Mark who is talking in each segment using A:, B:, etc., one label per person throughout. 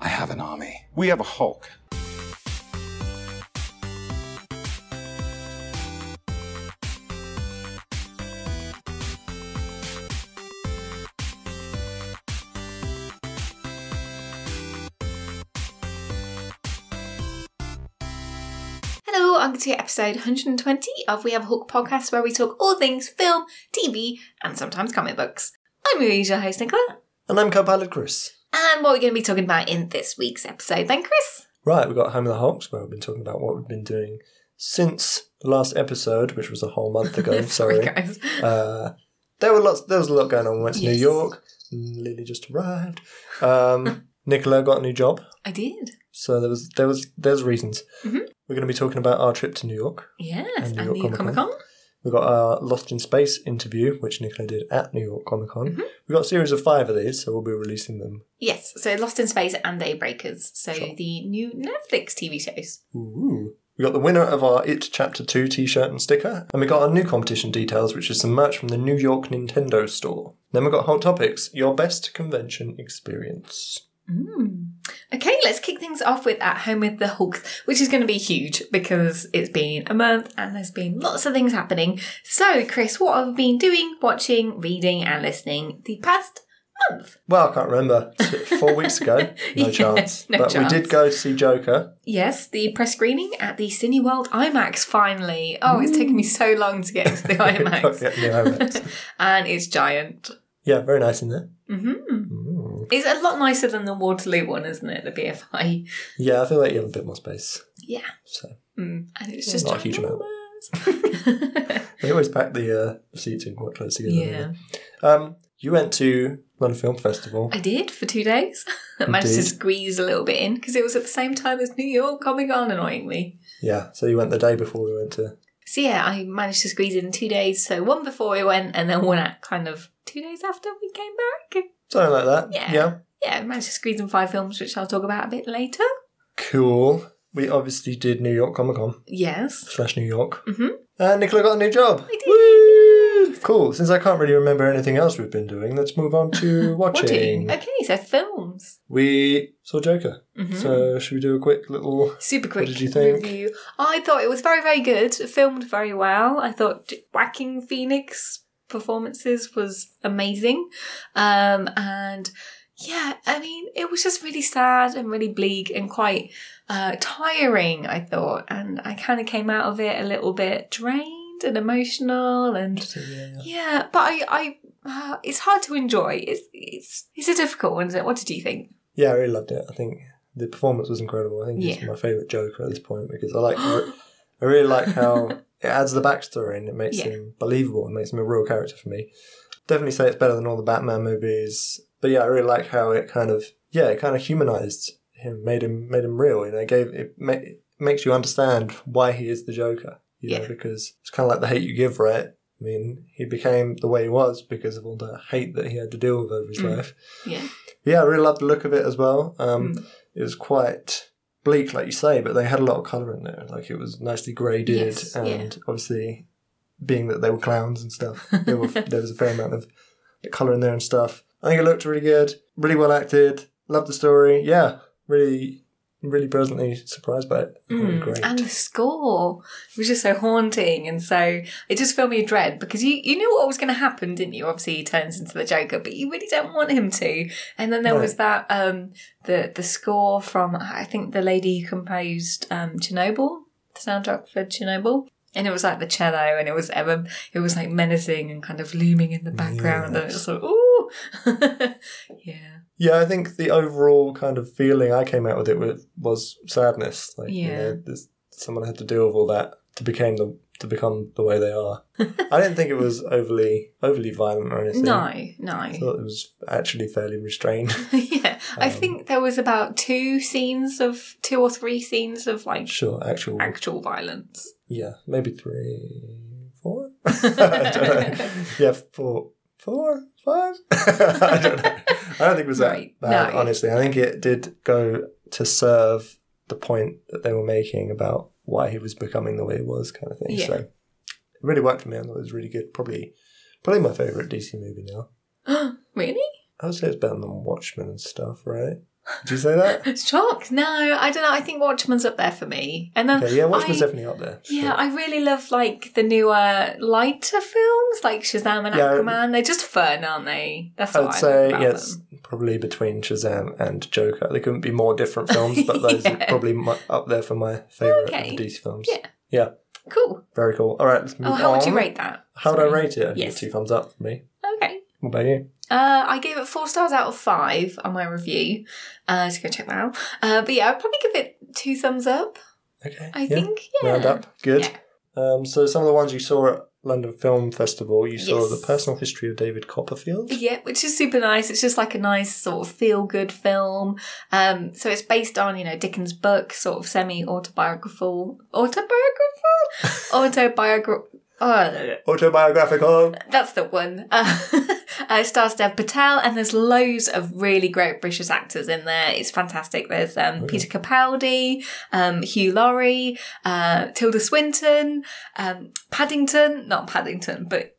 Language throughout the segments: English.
A: have an army. We have a Hulk.
B: Hello, welcome to episode 120 of We Have a Hook podcast, where we talk all things film, TV, and sometimes comic books. I'm your usual host, Nicola,
C: And I'm co-pilot Chris.
B: and what we're going to be talking about in this week's episode, then, Chris.
C: Right, we've got Home of the Hulks, where we've been talking about what we've been doing since the last episode, which was a whole month ago. sorry.
B: guys.
C: Uh, there were lots. There was a lot going on. We went to
B: Yes.
C: New York. Lily just arrived. Um, Nicola got a new job,
B: I did.
C: so there was there was there's reasons.
B: Mhm.
C: We're going to be talking about our trip to New York.
B: Yes,
C: And
B: and,
C: New York
B: New York Comic
C: Comic
B: Con.
C: We got our Lost in Space interview, which Nicola did at New York Comic Con.
B: Mhm.
C: We got a series of five of these, so we'll be releasing them.
B: Yes, so Lost in Space and Daybreakers, so
C: Sure.
B: the new Netflix TV shows.
C: Ooh. We got the winner of our It Chapter 2 t shirt and sticker, and we got our new competition details, which is some merch from the New York Nintendo store. Then we got Hot Topics, your best convention experience.
B: Mm. Okay, let's kick things off with At Home with the Hulk, which is going to be huge because it's been a month and there's been lots of things happening. So, Chris, what have we been doing, watching, reading, and listening the past month?
C: Well, I can't remember. It's Four weeks ago? No
B: Yeah,
C: chance.
B: no
C: but
B: chance.
C: we did go to see Joker.
B: Yes, the press screening at the Cineworld IMAX finally. Oh, it's taken me so long to get into the IMAX.
C: Yeah, the IMAX.
B: and it's giant.
C: yeah, very nice in there.
B: hmm
C: Mm.
B: It's a lot nicer than the Waterloo one, isn't it? The BFI.
C: Yeah, I feel like you have a bit more space.
B: Yeah.
C: So
B: Mm, and it's
C: Yeah,
B: just
C: not a huge amount.
B: ginormous.
C: They always pack the uh, seats in quite close together. don't
B: yeah,
C: they? Um, you went to London Film Festival.
B: I did for two days. I
C: You
B: managed to
C: did?
B: squeeze a little bit in because it was at the same time as New York Comic Con, annoyingly.
C: Yeah, so you went the day before we went to
B: So yeah, I managed to squeeze in two days. So one before we went, and then one at kind of two days after we came back.
C: Something like that.
B: Yeah.
C: Yeah.
B: Yeah, I managed to squeeze in five films, which I'll talk about a bit later.
C: Cool. We obviously did New York Comic Con
B: Yes.
C: slash New York.
B: Mhm.
C: And Nicola got a new job.
B: I did.
C: Woo! Cool. Since I can't really remember anything else we've been doing, let's move on to watching.
B: Watching. Okay, so films.
C: We saw Joker.
B: Mhm.
C: So should we do a quick little?
B: Super quick
C: did you think?
B: review. I thought it was very, very good. Filmed very well. I thought Whacking Phoenix performances was amazing. Um, and yeah, I mean, it was just really sad and really bleak and quite uh, tiring, I thought. And I kind of came out of it a little bit drained and emotional and
C: Yeah.
B: yeah, but I, I uh, it's hard to enjoy. It's, it's, it's a difficult one, isn't it? What did you think?
C: yeah, I really loved it. I think the performance was incredible. I think it's
B: Yeah.
C: my favorite Joker at this point because I like. I really like how it adds the backstory and it makes
B: Yeah.
C: him believable. It makes him a real character for me. Definitely say it's better than all the Batman movies. But yeah, I really like how it kind of yeah, it kind of humanized him, made him made him real. You know, gave it, ma- it makes you understand why he is the Joker. You
B: Yeah.
C: know, because it's kind of like the hate you give, right? I mean, he became the way he was because of all the hate that he had to deal with over his
B: Mm.
C: life.
B: Yeah.
C: Yeah, I really loved the look of it as well. Um,
B: Mm.
C: It was quite bleak, like you say, but they had a lot of colour in there. Like it was nicely graded,
B: Yes, yeah.
C: and obviously, being that they were clowns and stuff, there, were, there was a fair amount of colour in there and stuff. I think it looked really good, really well acted. Loved the story. Yeah, really, really pleasantly surprised by it. Really
B: Mm,
C: Oh, Great.
B: And the score was just so haunting, and so it just filled me with dread because you you knew what was going to happen, didn't you? Obviously, he turns into the Joker, but you really don't want him to. And then there
C: No.
B: was that um the the score from I think the lady who composed um Chernobyl, the soundtrack for Chernobyl. And it was like the cello, and it was ever, it was like menacing and kind of looming in the background, and it was like, ooh, yeah,
C: Yeah, I think the overall kind of feeling I came out with it with was sadness. Like, you
B: Yeah.
C: know, this, someone had to deal with all that to become the to become the way they are. I didn't think it was overly overly violent or anything.
B: no, no.
C: I thought it was actually fairly restrained.
B: yeah, I
C: Um,
B: think there was about two scenes of two or three scenes of like
C: sure, actual
B: actual violence.
C: yeah, maybe three, four. I don't know. Yeah, four, four, five. I don't know. I don't think it was that
B: Right,
C: bad.
B: no.
C: Honestly, I think it did go to serve the point that they were making about why he was becoming the way he was, kind of thing.
B: Yeah.
C: So it really worked for me. I thought it was really good. Probably, probably my favorite DC movie now.
B: really?
C: I would say it's better than Watchmen and stuff, right? Did you say that?
B: Shock? No, I don't know. I think Watchmen's up there for me. And then
C: Okay, yeah, Watchmen's
B: Um, I-
C: definitely up there. for
B: Yeah,
C: sure.
B: I really love like the newer lighter films like Shazam and
C: Yeah.
B: Aquaman. They're just fun, aren't they? That's what
C: I'd
B: I
C: say
B: love about
C: yes,
B: them.
C: probably between Shazam and Joker. They couldn't be more different films, but those
B: Yeah.
C: are probably my, up there for my favorite
B: Okay.
C: of the DC films.
B: Yeah.
C: Yeah,
B: Cool.
C: very cool. All right, let's move
B: Oh, how would you
C: on.
B: rate that?
C: How would I
B: Sorry.
C: rate it? I'd give
B: Yes.
C: it two thumbs up for me.
B: Okay.
C: What about you?
B: Uh, I gave it four stars out of five on my review. Uh, so go check that out. Uh, but yeah, I'd probably give it two thumbs up.
C: Okay,
B: I
C: yeah.
B: think. Yeah.
C: round up. Good.
B: Yeah.
C: Um, so some of the ones you saw at London Film Festival, you saw
B: Yes.
C: the personal history of David Copperfield.
B: Yeah, which is super nice. It's just like a nice sort of feel good film. Um, so it's based on, you know, Dickens' book, sort of semi autobiographical. Autobiographical? Autobiographical. Oh,
C: Autobiographical.
B: that's the one. Uh, uh, it stars Dev Patel, and there's loads of really great British actors in there. It's fantastic. There's um,
C: Okay.
B: Peter Capaldi, um, Hugh Laurie, uh, Tilda Swinton, um, Paddington, not Paddington, but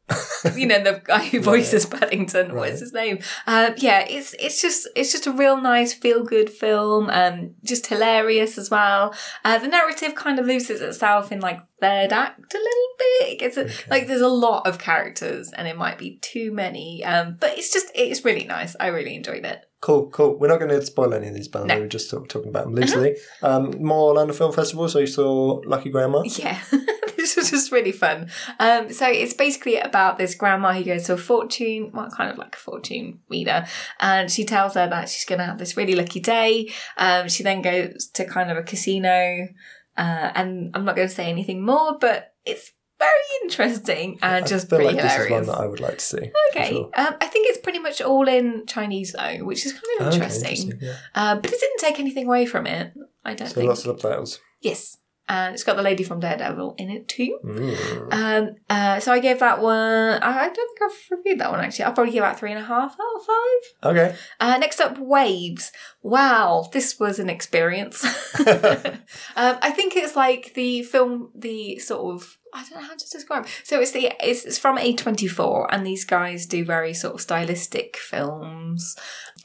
B: you know the guy who voices Paddington. What's
C: Right.
B: his name? Uh, yeah, it's it's just it's just a real nice feel good film, um, just hilarious as well. Uh, the narrative kind of loses itself in like third act a little bit. It gets a,
C: Okay.
B: like there's a lot of characters and it might be too many. Um, but it's just it's really nice. I really enjoyed it.
C: Cool, cool. We're not going to spoil any of these, but
B: No. Uh-huh.
C: we were just talk- talking about them loosely. Um, more London Film Festival, so you saw Lucky Grandma.
B: Yeah, this was just really fun. Um, so it's basically about this grandma who goes to a fortune, well, kind of like a fortune reader, and she tells her that she's going to have this really lucky day. Um, she then goes to kind of a casino, uh, and I'm not going to say anything more, but it's very interesting and just
C: I feel
B: pretty
C: like this is one
B: hilarious.
C: that I would like to see. for
B: okay,
C: sure.
B: um, I think it's pretty much all in Chinese though, which is kind of
C: Okay,
B: interesting.
C: yeah.
B: Uh, but it didn't take anything away from it. I don't
C: So
B: think.
C: lots of subtitles.
B: yes. And it's got the lady from Daredevil in it too.
C: Mm.
B: Um, uh, so I gave that one. I I don't think I've reviewed that one actually. I'll probably give that three and a half out of five.
C: Okay.
B: Uh, next up, Waves. Wow, this was an experience. um, I think it's like the film, the sort of I don't know how to describe. So it's the it's, it's from A twenty four, and these guys do very sort of stylistic films,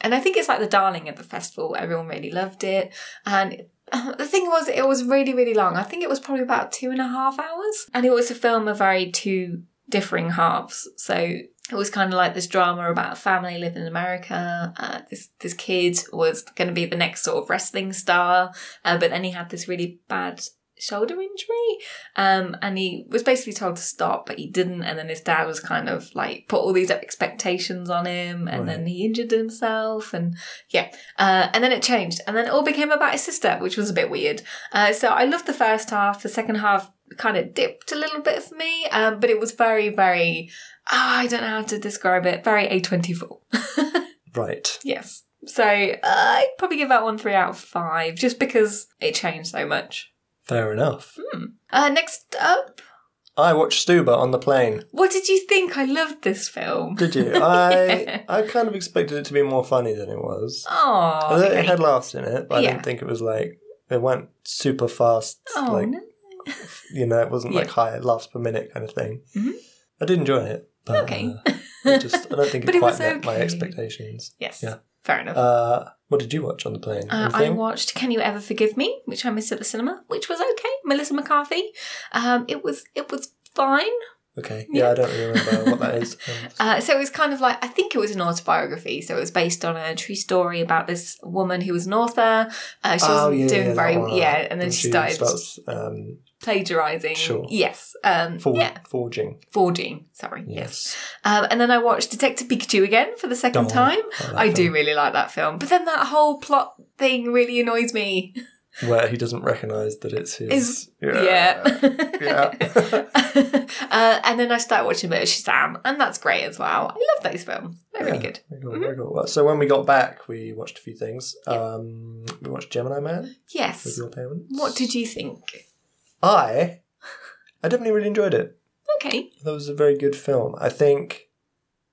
B: and I think it's like the darling of the festival. Everyone really loved it, and. The thing was, it was really, really long. I think it was probably about two and a half hours. And it was a film of very two differing halves. So it was kind of like this drama about a family living in America. Uh, this this kid was going to be the next sort of wrestling star, uh, but then he had this really bad shoulder injury, um, and he was basically told to stop, but he didn't. And then his dad was kind of like put all these expectations on him, and then he injured himself, and yeah, uh, and then it changed, and then it all became about his sister, which was a bit weird. Uh, so I loved the first half. The second half kind of dipped a little bit for me, um, but it was very very oh, I don't know how to describe it. Very A24.
C: Right.
B: yes. So uh, I'd probably give that one three out of five just because it changed so much.
C: Fair enough.
B: Uh, next up,
C: I watched Stuber on the plane.
B: what did you think? I loved this film.
C: Did you? I
B: Yeah.
C: I kind of expected it to be more funny than it was.
B: Oh,
C: Although It had laughs in it, but I
B: Yeah.
C: didn't think it was like they weren't super fast.
B: oh
C: like
B: no.
C: you know, it wasn't like
B: Yeah.
C: high laughs per minute kind of thing.
B: Mhm.
C: I did enjoy it, but
B: Okay.
C: uh, it just I don't think
B: But
C: it
B: it
C: quite
B: was
C: met my
B: okay.
C: expectations.
B: yes.
C: Yeah.
B: Fair enough.
C: Uh, what did you watch on the plane?
B: Uh, I
C: Anything?
B: watched Can You Ever Forgive Me, which I missed at the cinema, which was okay. Melissa McCarthy. Um, it was it was fine.
C: okay, yeah, I don't really remember what that is. Um,
B: Uh, so it was kind of like I think it was an autobiography. So it was based on a true story about this woman who was an author. Uh, she
C: oh,
B: wasn't
C: yeah,
B: doing
C: yeah, that
B: very
C: one,
B: yeah, and then
C: when
B: she, started
C: starts, um,
B: plagiarizing.
C: Sure.
B: Yes. Um,
C: for-
B: Yeah.
C: forging.
B: Forging. Sorry. Yes.
C: Yes,
B: Um, and then I watched Detective Pikachu again for the second
C: Oh,
B: time.
C: like
B: I
C: that
B: do really like that film, but then that whole plot thing really annoys me.
C: film. Where he doesn't recognise that it's his.
B: Is-
C: Yeah.
B: Yeah. uh, and then I started watching a bit of Shazam, and that's great as well. I love those films. They're really
C: Yeah.
B: good.
C: Very cool, very cool. So when we got back, we watched a few things. Um, we watched Gemini Man with
B: Yes.
C: your parents.
B: What did you think?
C: I? I definitely really enjoyed it.
B: Okay.
C: That was a very good film. I think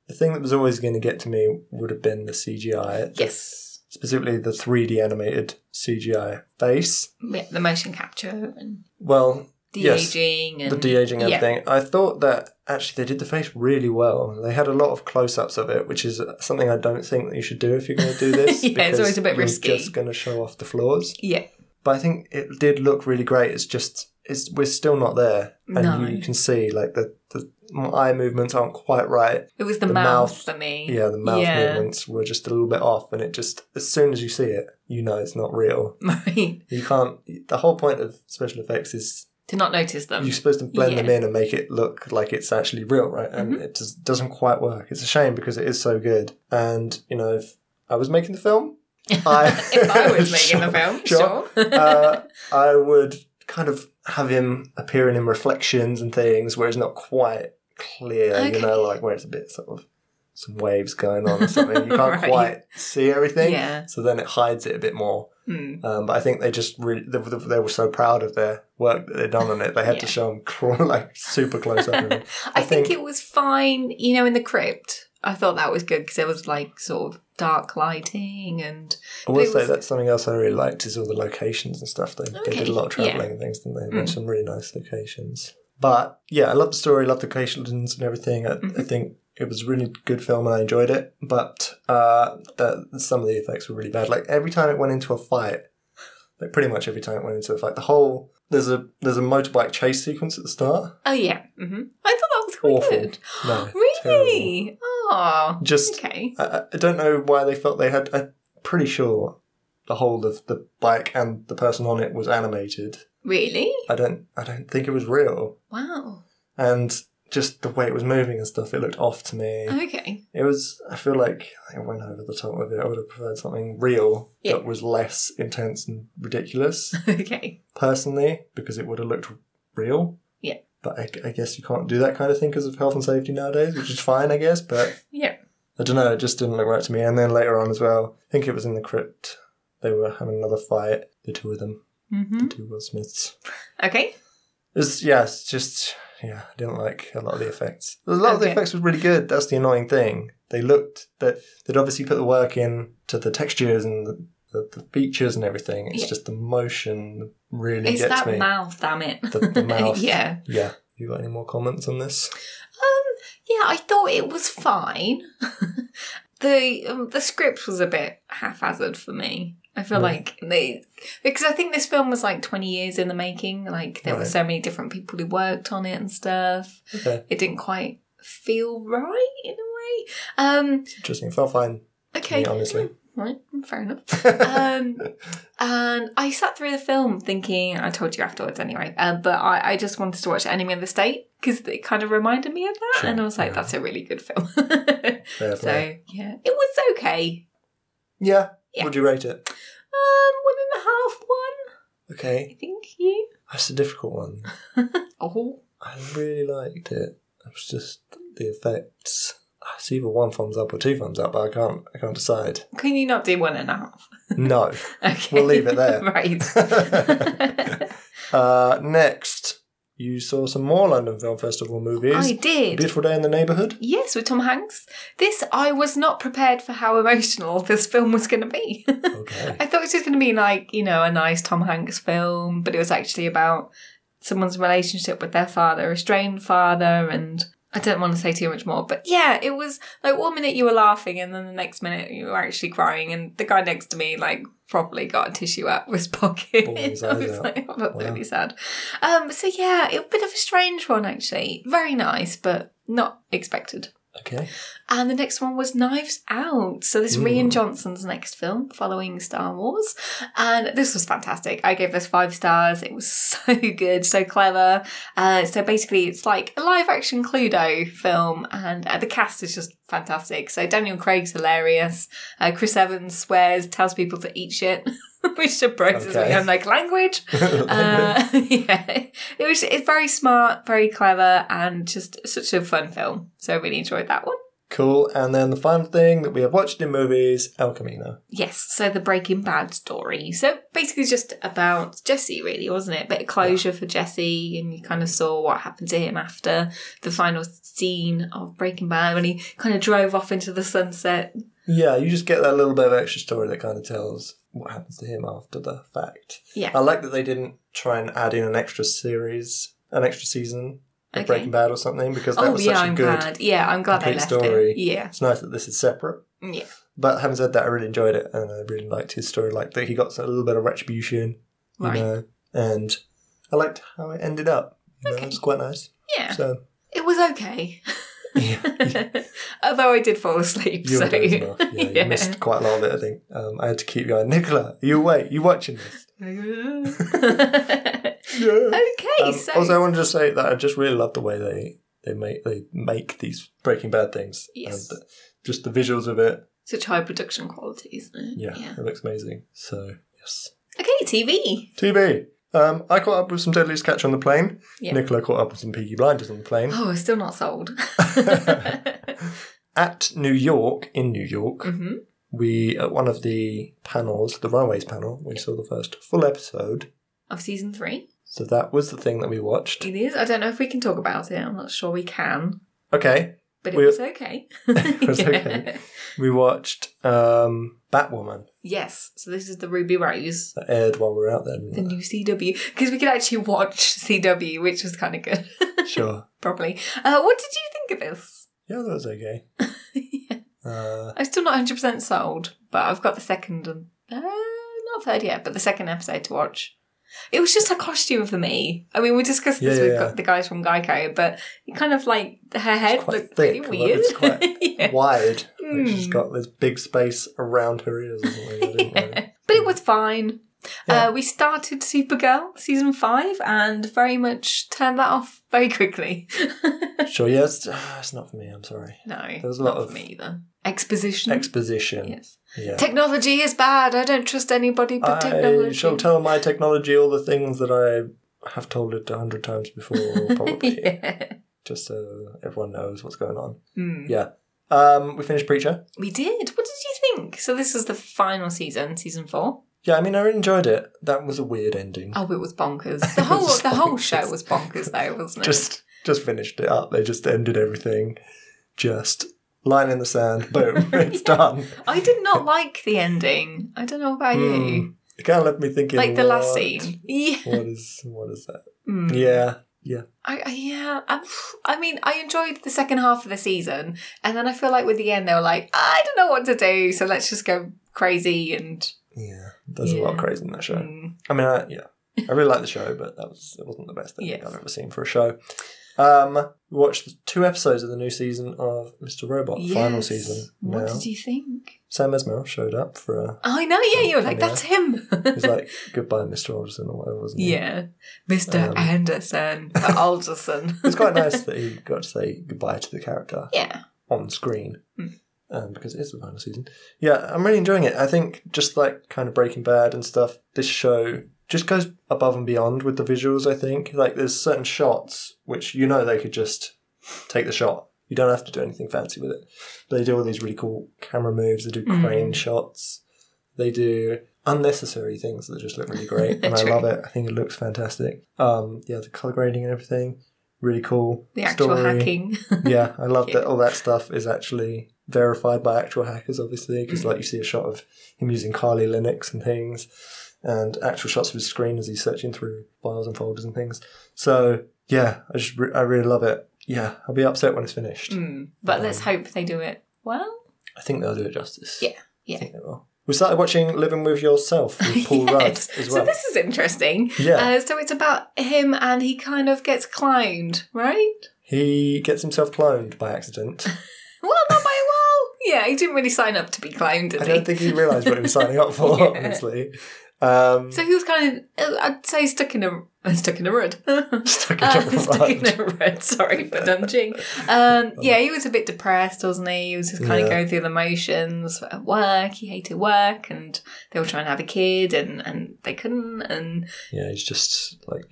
C: the thing that was always going to get to me would have been the CGI,
B: Yes.
C: specifically the 3D animated CGI face.
B: Yeah, the motion capture and
C: Well,
B: de
C: Yes.
B: aging and
C: the de-aging
B: yeah.
C: everything i thought that actually they did the face really well they had a lot of close-ups of it which is something i don't think that you should do if you're going to do this
B: Yeah, it's
C: because
B: always a bit
C: you're
B: risky.
C: just going to show off the flaws
B: Yeah,
C: but i think it did look really great it's just it's we're still not there and
B: No.
C: you can see like the, the eye movements aren't quite right
B: it was the,
C: The
B: mouth,
C: mouth.
B: for me.
C: yeah the mouth
B: Yeah.
C: movements were just a little bit off and it just as soon as you see it you know it's not real
B: Right.
C: you can't the whole point of special effects is
B: To not notice them.
C: you're supposed to blend
B: Um,
C: them
B: yeah. Mm-hmm.
C: in and make it look like it's actually real, right? And it just doesn't quite work. It's a shame because it is so good. And you know, if I was making the film, I,
B: if I was making the film,
C: Sure.
B: sure.
C: uh, I would kind of have him appearing in reflections and things where it's not quite clear, you
B: Okay.
C: know, like where it's a bit sort of some waves going on or something. You can't
B: Right.
C: quite see everything.
B: Yeah.
C: So then it hides it a bit more.
B: Hmm.
C: Um, but I think they just really they, they they were so proud of their work that they'd done on it. They had to
B: Yeah.
C: show them like super close up. and-
B: I,
C: I
B: think,
C: think-
B: it was fine, you know, in the crypt. I thought that was good because there was like sort of dark lighting and
C: I will
B: It
C: say
B: was-
C: that's something else I really liked is all the locations and stuff. They, they did
B: Okay,
C: a lot of
B: yeah.
C: traveling and things, didn't they? They had
B: Mm.
C: some really nice locations. But yeah, I love the story, love the locations and everything. I, I
B: Mhm.
C: think it was a really good film and I enjoyed it. But uh, the, some of the effects were really bad. Like every time it went into a fight, like pretty much every time it went into a fight, the whole there's a there's a motorbike chase sequence at the start.
B: oh yeah, hmm I thought that was quite
C: Awful.
B: good.
C: No,
B: really? Oh,
C: Just
B: okay.
C: I- I, I don't know why they felt they had. I'm pretty sure the whole of the bike and the person on it was animated.
B: Really?
C: I don't. I don't think it was real.
B: Wow.
C: And just the way it was moving and stuff, it looked off to me.
B: Okay.
C: It was. I feel like I went over the top with it. I would have preferred something real
B: Yeah.
C: that was less intense and ridiculous,
B: Okay.
C: personally, because it would have looked real.
B: Yeah.
C: But I, I guess you can't do that kind of thing because of health and safety nowadays, which is fine, I guess. But
B: Yeah.
C: I don't know, it just didn't look right to me. And then later on as well, I think it was in the crypt, they were having another fight, the two of them,
B: hmm
C: the two Will Smiths.
B: Okay.
C: It's, yeah, it's just, yeah, I didn't like a lot of the effects. A lot of the
B: Okay.
C: effects was really good. That's the annoying thing. They looked, that they'd obviously put the work in to the textures and the, the, the features and everything. It's
B: Yeah.
C: just the motion really
B: It's
C: gets
B: that
C: me.
B: mouth, damn it.
C: the, the mouth.
B: yeah.
C: Yeah. You got any more comments on this?
B: Um, yeah, I thought it was fine. the um, The script was a bit haphazard for me. I feel
C: Right.
B: like they because I think this film was like twenty years in the making. Like there were
C: Right.
B: so many different people who worked on it and stuff.
C: Okay.
B: It didn't quite feel right in a way. Um,
C: Interesting. It felt fine.
B: okay,
C: Me, honestly.
B: right, fair enough um, and I sat through the film thinking, I told you afterwards anyway, um, but I, I just wanted to watch Enemy of the State because it kind of reminded me of that.
C: Sure,
B: And I was like,
C: yeah.
B: that's a really good film.
C: Fair play.
B: so, yeah, it was okay.
C: Yeah.
B: Yeah.
C: Would you rate it?
B: Um, one and a half, one,
C: Okay,
B: I think you.
C: that's a difficult one.
B: Oh,
C: I really liked it. It was just the effects. It's either one thumbs up or two thumbs up, but I can't. I can't decide.
B: can you not do one and a half?
C: No.
B: Okay.
C: We'll leave it there.
B: right.
C: uh, next, you saw some more London Film Festival movies.
B: I did.
C: Beautiful Day in the Neighborhood.
B: Yes, with Tom Hanks. This, I was not prepared for how emotional this film was going to be.
C: Okay.
B: I thought it was just going to be like, you know, a nice Tom Hanks film, but it was actually about someone's relationship with their father, a strained father, and I don't want to say too much more, but yeah, it was like one minute you were laughing and then the next minute you were actually crying, and the guy next to me, like, probably got a tissue out of his pocket.
C: Pulled his
B: I
C: eyes
B: was
C: out.
B: like, oh, that's
C: Wow.
B: really sad. Um, so yeah, it, a bit of a strange one, actually. Very nice, but not expected.
C: Okay.
B: And the next one was Knives Out. So this is Rian
C: Mm.
B: Johnson's next film following Star Wars. And this was fantastic. I gave this five stars. It was so good, so clever. Uh, so basically, it's like a live action Cluedo film, and uh, the cast is just fantastic. So Daniel Craig's hilarious. Uh, Chris Evans swears, tells people to eat shit, which surprises
C: Okay.
B: me. I'm like, language? uh, yeah, it was it's very smart, very clever, and just such a fun film. So I really enjoyed that one.
C: cool. And then the final thing that we have watched in movies: El Camino.
B: Yes, so the Breaking Bad story. So basically, just about Jesse, really, wasn't it? Bit of closure for Jesse, and you kind of saw what happened to him after the final scene of Breaking Bad when he kind of drove off into the sunset.
C: Yeah, you just get that little bit of extra story that kind of tells what happens to him after the fact.
B: Yeah.
C: I like that they didn't try and add in an extra series, an extra season of
B: Okay.
C: Breaking Bad or something because that
B: oh
C: was
B: yeah,
C: such a
B: I'm
C: good.
B: glad. Yeah, I'm glad they
C: complete
B: left
C: story.
B: it. Yeah,
C: It's nice that this is separate.
B: Mm, yeah,
C: But having said that, I really enjoyed it and I really liked his story. Like that, he got a little bit of retribution, you
B: right.
C: know, and I liked how it ended up. You know,
B: Okay.
C: it's quite nice.
B: Yeah,
C: So
B: it was okay.
C: yeah,
B: Although I did fall asleep,
C: you
B: so
C: were dozing off. Yeah, you
B: Yeah.
C: missed quite a lot of it. I think um, I had to keep you going. Nicola, are you awake? You watching this?
B: okay,
C: Yeah. Um,
B: so
C: Also, I wanted to say that I just really love the way they they make they make these Breaking Bad things.
B: Yes.
C: And just the visuals of it.
B: such high production quality, isn't it?
C: Yeah, it looks amazing. So yes,
B: Okay, TV.
C: TB. Um, I caught up with some Deadliest Catch on the plane.
B: Yeah.
C: Nicola caught up with some Peaky Blinders on the plane.
B: Oh, I'm still not sold. Oh.
C: At New York, in New York,
B: hmm
C: we at one of the panels, the runways panel, we saw the first full episode.
B: Of season three,
C: So that was the thing that we watched.
B: it is. I don't know if we can talk about it. I'm not sure we can,
C: Okay,
B: but it
C: We-
B: was okay.
C: It was
B: Yeah.
C: okay. we watched um, Batwoman
B: Yes. So this is the Ruby Rose,
C: that aired while we were out there. didn't
B: the
C: it?
B: new CW, because we could actually watch CW, which was kind of good,
C: Sure.
B: probably. Uh, what did you think of this?
C: Yeah, that was okay.
B: Yeah.
C: Uh,
B: I'm still not 100 percent sold, but I've got the second and uh, not third yet, but the second episode to watch. It was just a costume for me. I mean, we discussed this
C: Yeah,
B: with
C: yeah,
B: gu-
C: yeah.
B: the guys from Geico, but it kind of like her head
C: quite
B: looked really
C: thick, but
B: weird.
C: it's quite
B: Yeah.
C: Wide. like, She's
B: Mm.
C: got this big space around her ears or something. I didn't know.
B: But it was fine.
C: Yeah.
B: Uh, we started Supergirl season five and very much turned that off very quickly.
C: Sure, yeah, it's, ah, it's not for me, I'm sorry.
B: no,
C: There was a lot
B: not
C: of-
B: for me either. Exposition.
C: Exposition.
B: yes.
C: Yeah.
B: Technology is bad. I don't trust anybody but
C: I
B: technology.
C: shall tell my technology all the things that I have told it a hundred times before, probably,
B: yeah.
C: just so everyone knows what's going on.
B: Hmm.
C: Yeah. Um, we finished Preacher.
B: We did. What did you think? So this is the final season, season four.
C: Yeah, I mean, I really enjoyed it. That was a weird ending.
B: Oh, it was bonkers.
C: It
B: The whole
C: was
B: the whole
C: bonkers.
B: show was bonkers though, wasn't it?
C: Just, just finished it up. They just ended everything. Just line in the sand. Boom. it's done.
B: I did not like the ending. I don't know about you.
C: Hmm. It kind of left me thinking,
B: Like the last
C: what-
B: scene. Yeah.
C: What is what is that?
B: Hmm.
C: Yeah,
B: I, I yeah. i I mean, I enjoyed the second half of the season, and then I feel like with the end they were like, I don't know what to do, so let's just go crazy and.
C: yeah. There's a lot of
B: Yeah.
C: crazy in that show.
B: Hmm.
C: I mean, I, yeah, I really like the show, but that was it wasn't the best thing
B: Yes.
C: I've ever seen for a show. Um, we watched two episodes of the new season of Mr. Robot, final
B: Yes.
C: season.
B: What
C: now.
B: did you think?
C: Sam Esmail showed up for a.
B: I know, yeah, you were like,
C: Yeah.
B: that's him.
C: It was like goodbye, Mr. Alderson, or whatever, wasn't it?
B: yeah. Mr.
C: Um,
B: Anderson, uh, Alderson.
C: It's quite nice that he got to say goodbye to the character
B: yeah.
C: on screen.
B: Mm.
C: Um, because it is the final season. Yeah, I'm really enjoying it. I think just like kind of Breaking Bad and stuff, this show just goes above and beyond with the visuals, I think. Like there's certain shots which you know they could just take the shot. You don't have to do anything fancy with it. They do all these really cool camera moves, they do
B: Mm.
C: crane shots, they do unnecessary things that just look really great. and I
B: True.
C: love it. I think it looks fantastic. Um, yeah, the colour grading and everything. Really cool.
B: The actual
C: Story
B: hacking.
C: yeah, I love
B: Yeah.
C: that all that stuff is actually verified by actual hackers, obviously, because like you see a shot of him using Kali Linux and things, and actual shots of his screen as he's searching through files and folders and things. So yeah, I just re- I really love it. Yeah, I'll be upset when it's finished.
B: Mm. But
C: Um,
B: let's hope they do it well.
C: I think they'll do it justice.
B: Yeah, yeah.
C: I think they will. We started watching Living with Yourself with Paul
B: Yes.
C: Rudd as
B: So
C: well.
B: this is interesting.
C: yeah,
B: Uh, so it's about him and he kind of gets cloned, right?
C: he gets himself cloned by accident.
B: Well, not by a while. Yeah, he didn't really sign up to be cloned, did
C: I
B: he?
C: don't think he realised what he was signing up for.
B: Yeah.
C: Honestly, um,
B: so he was kind of, uh, I'd say, stuck in a uh, stuck in a rut.
C: stuck in
B: Uh,
C: a
B: stuck in
C: rut.
B: a rut. Sorry for dungeon. Um, yeah, he was a bit depressed, wasn't he? He was just kind
C: Yeah.
B: of going through the motions at work. He hated work, and they were trying to have a kid, and and they couldn't, and
C: Yeah, he's just like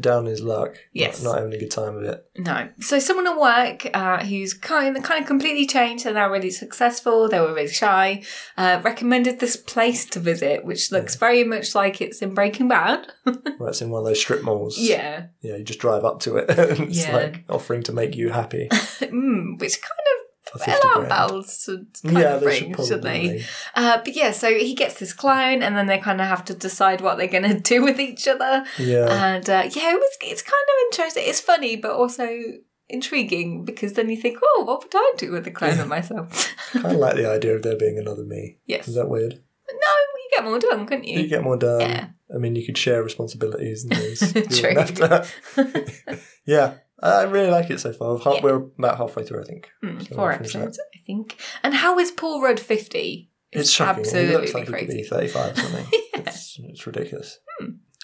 C: down his luck.
B: Yes.
C: Not, not having a good time of it.
B: No. So someone at work uh, who's kind kind of completely changed. They're now really successful. They were really shy. Uh, recommended this place to visit, which looks very much like it's in Breaking Bad.
C: Right, it's in one of those strip malls.
B: Yeah,
C: Yeah, you just drive up to it and it's
B: Yeah.
C: like offering to make you happy.
B: mm, which kind of
C: for
B: Well,
C: 50
B: alarm
C: grand.
B: bells to kind of ring, should not they? Uh, but yeah, so he gets this clown, and then they kind of have to decide what they're going to do with each other.
C: Yeah.
B: And uh, yeah, it was, it's kind of interesting. It's funny, but also intriguing because then you think, oh, what would I do with a clown and myself?
C: kind of like the idea of there being another me.
B: yes.
C: Is
B: No,
C: that weird?
B: you get more done, couldn't
C: You
B: you?
C: get more done.
B: Yeah.
C: I mean, you could share responsibilities and things. You
B: True.
C: wouldn't have to- yeah. I really like it so far. We've ha-
B: Yeah.
C: We're about halfway through, I think.
B: Mm,
C: So
B: four
C: I'll finish that.
B: episodes, I think. And how is Paul Rudd 50?
C: It's shocking.
B: Absolutely
C: it looks like
B: crazy. Hmm.
C: it could be 35 or something. it's, it's ridiculous.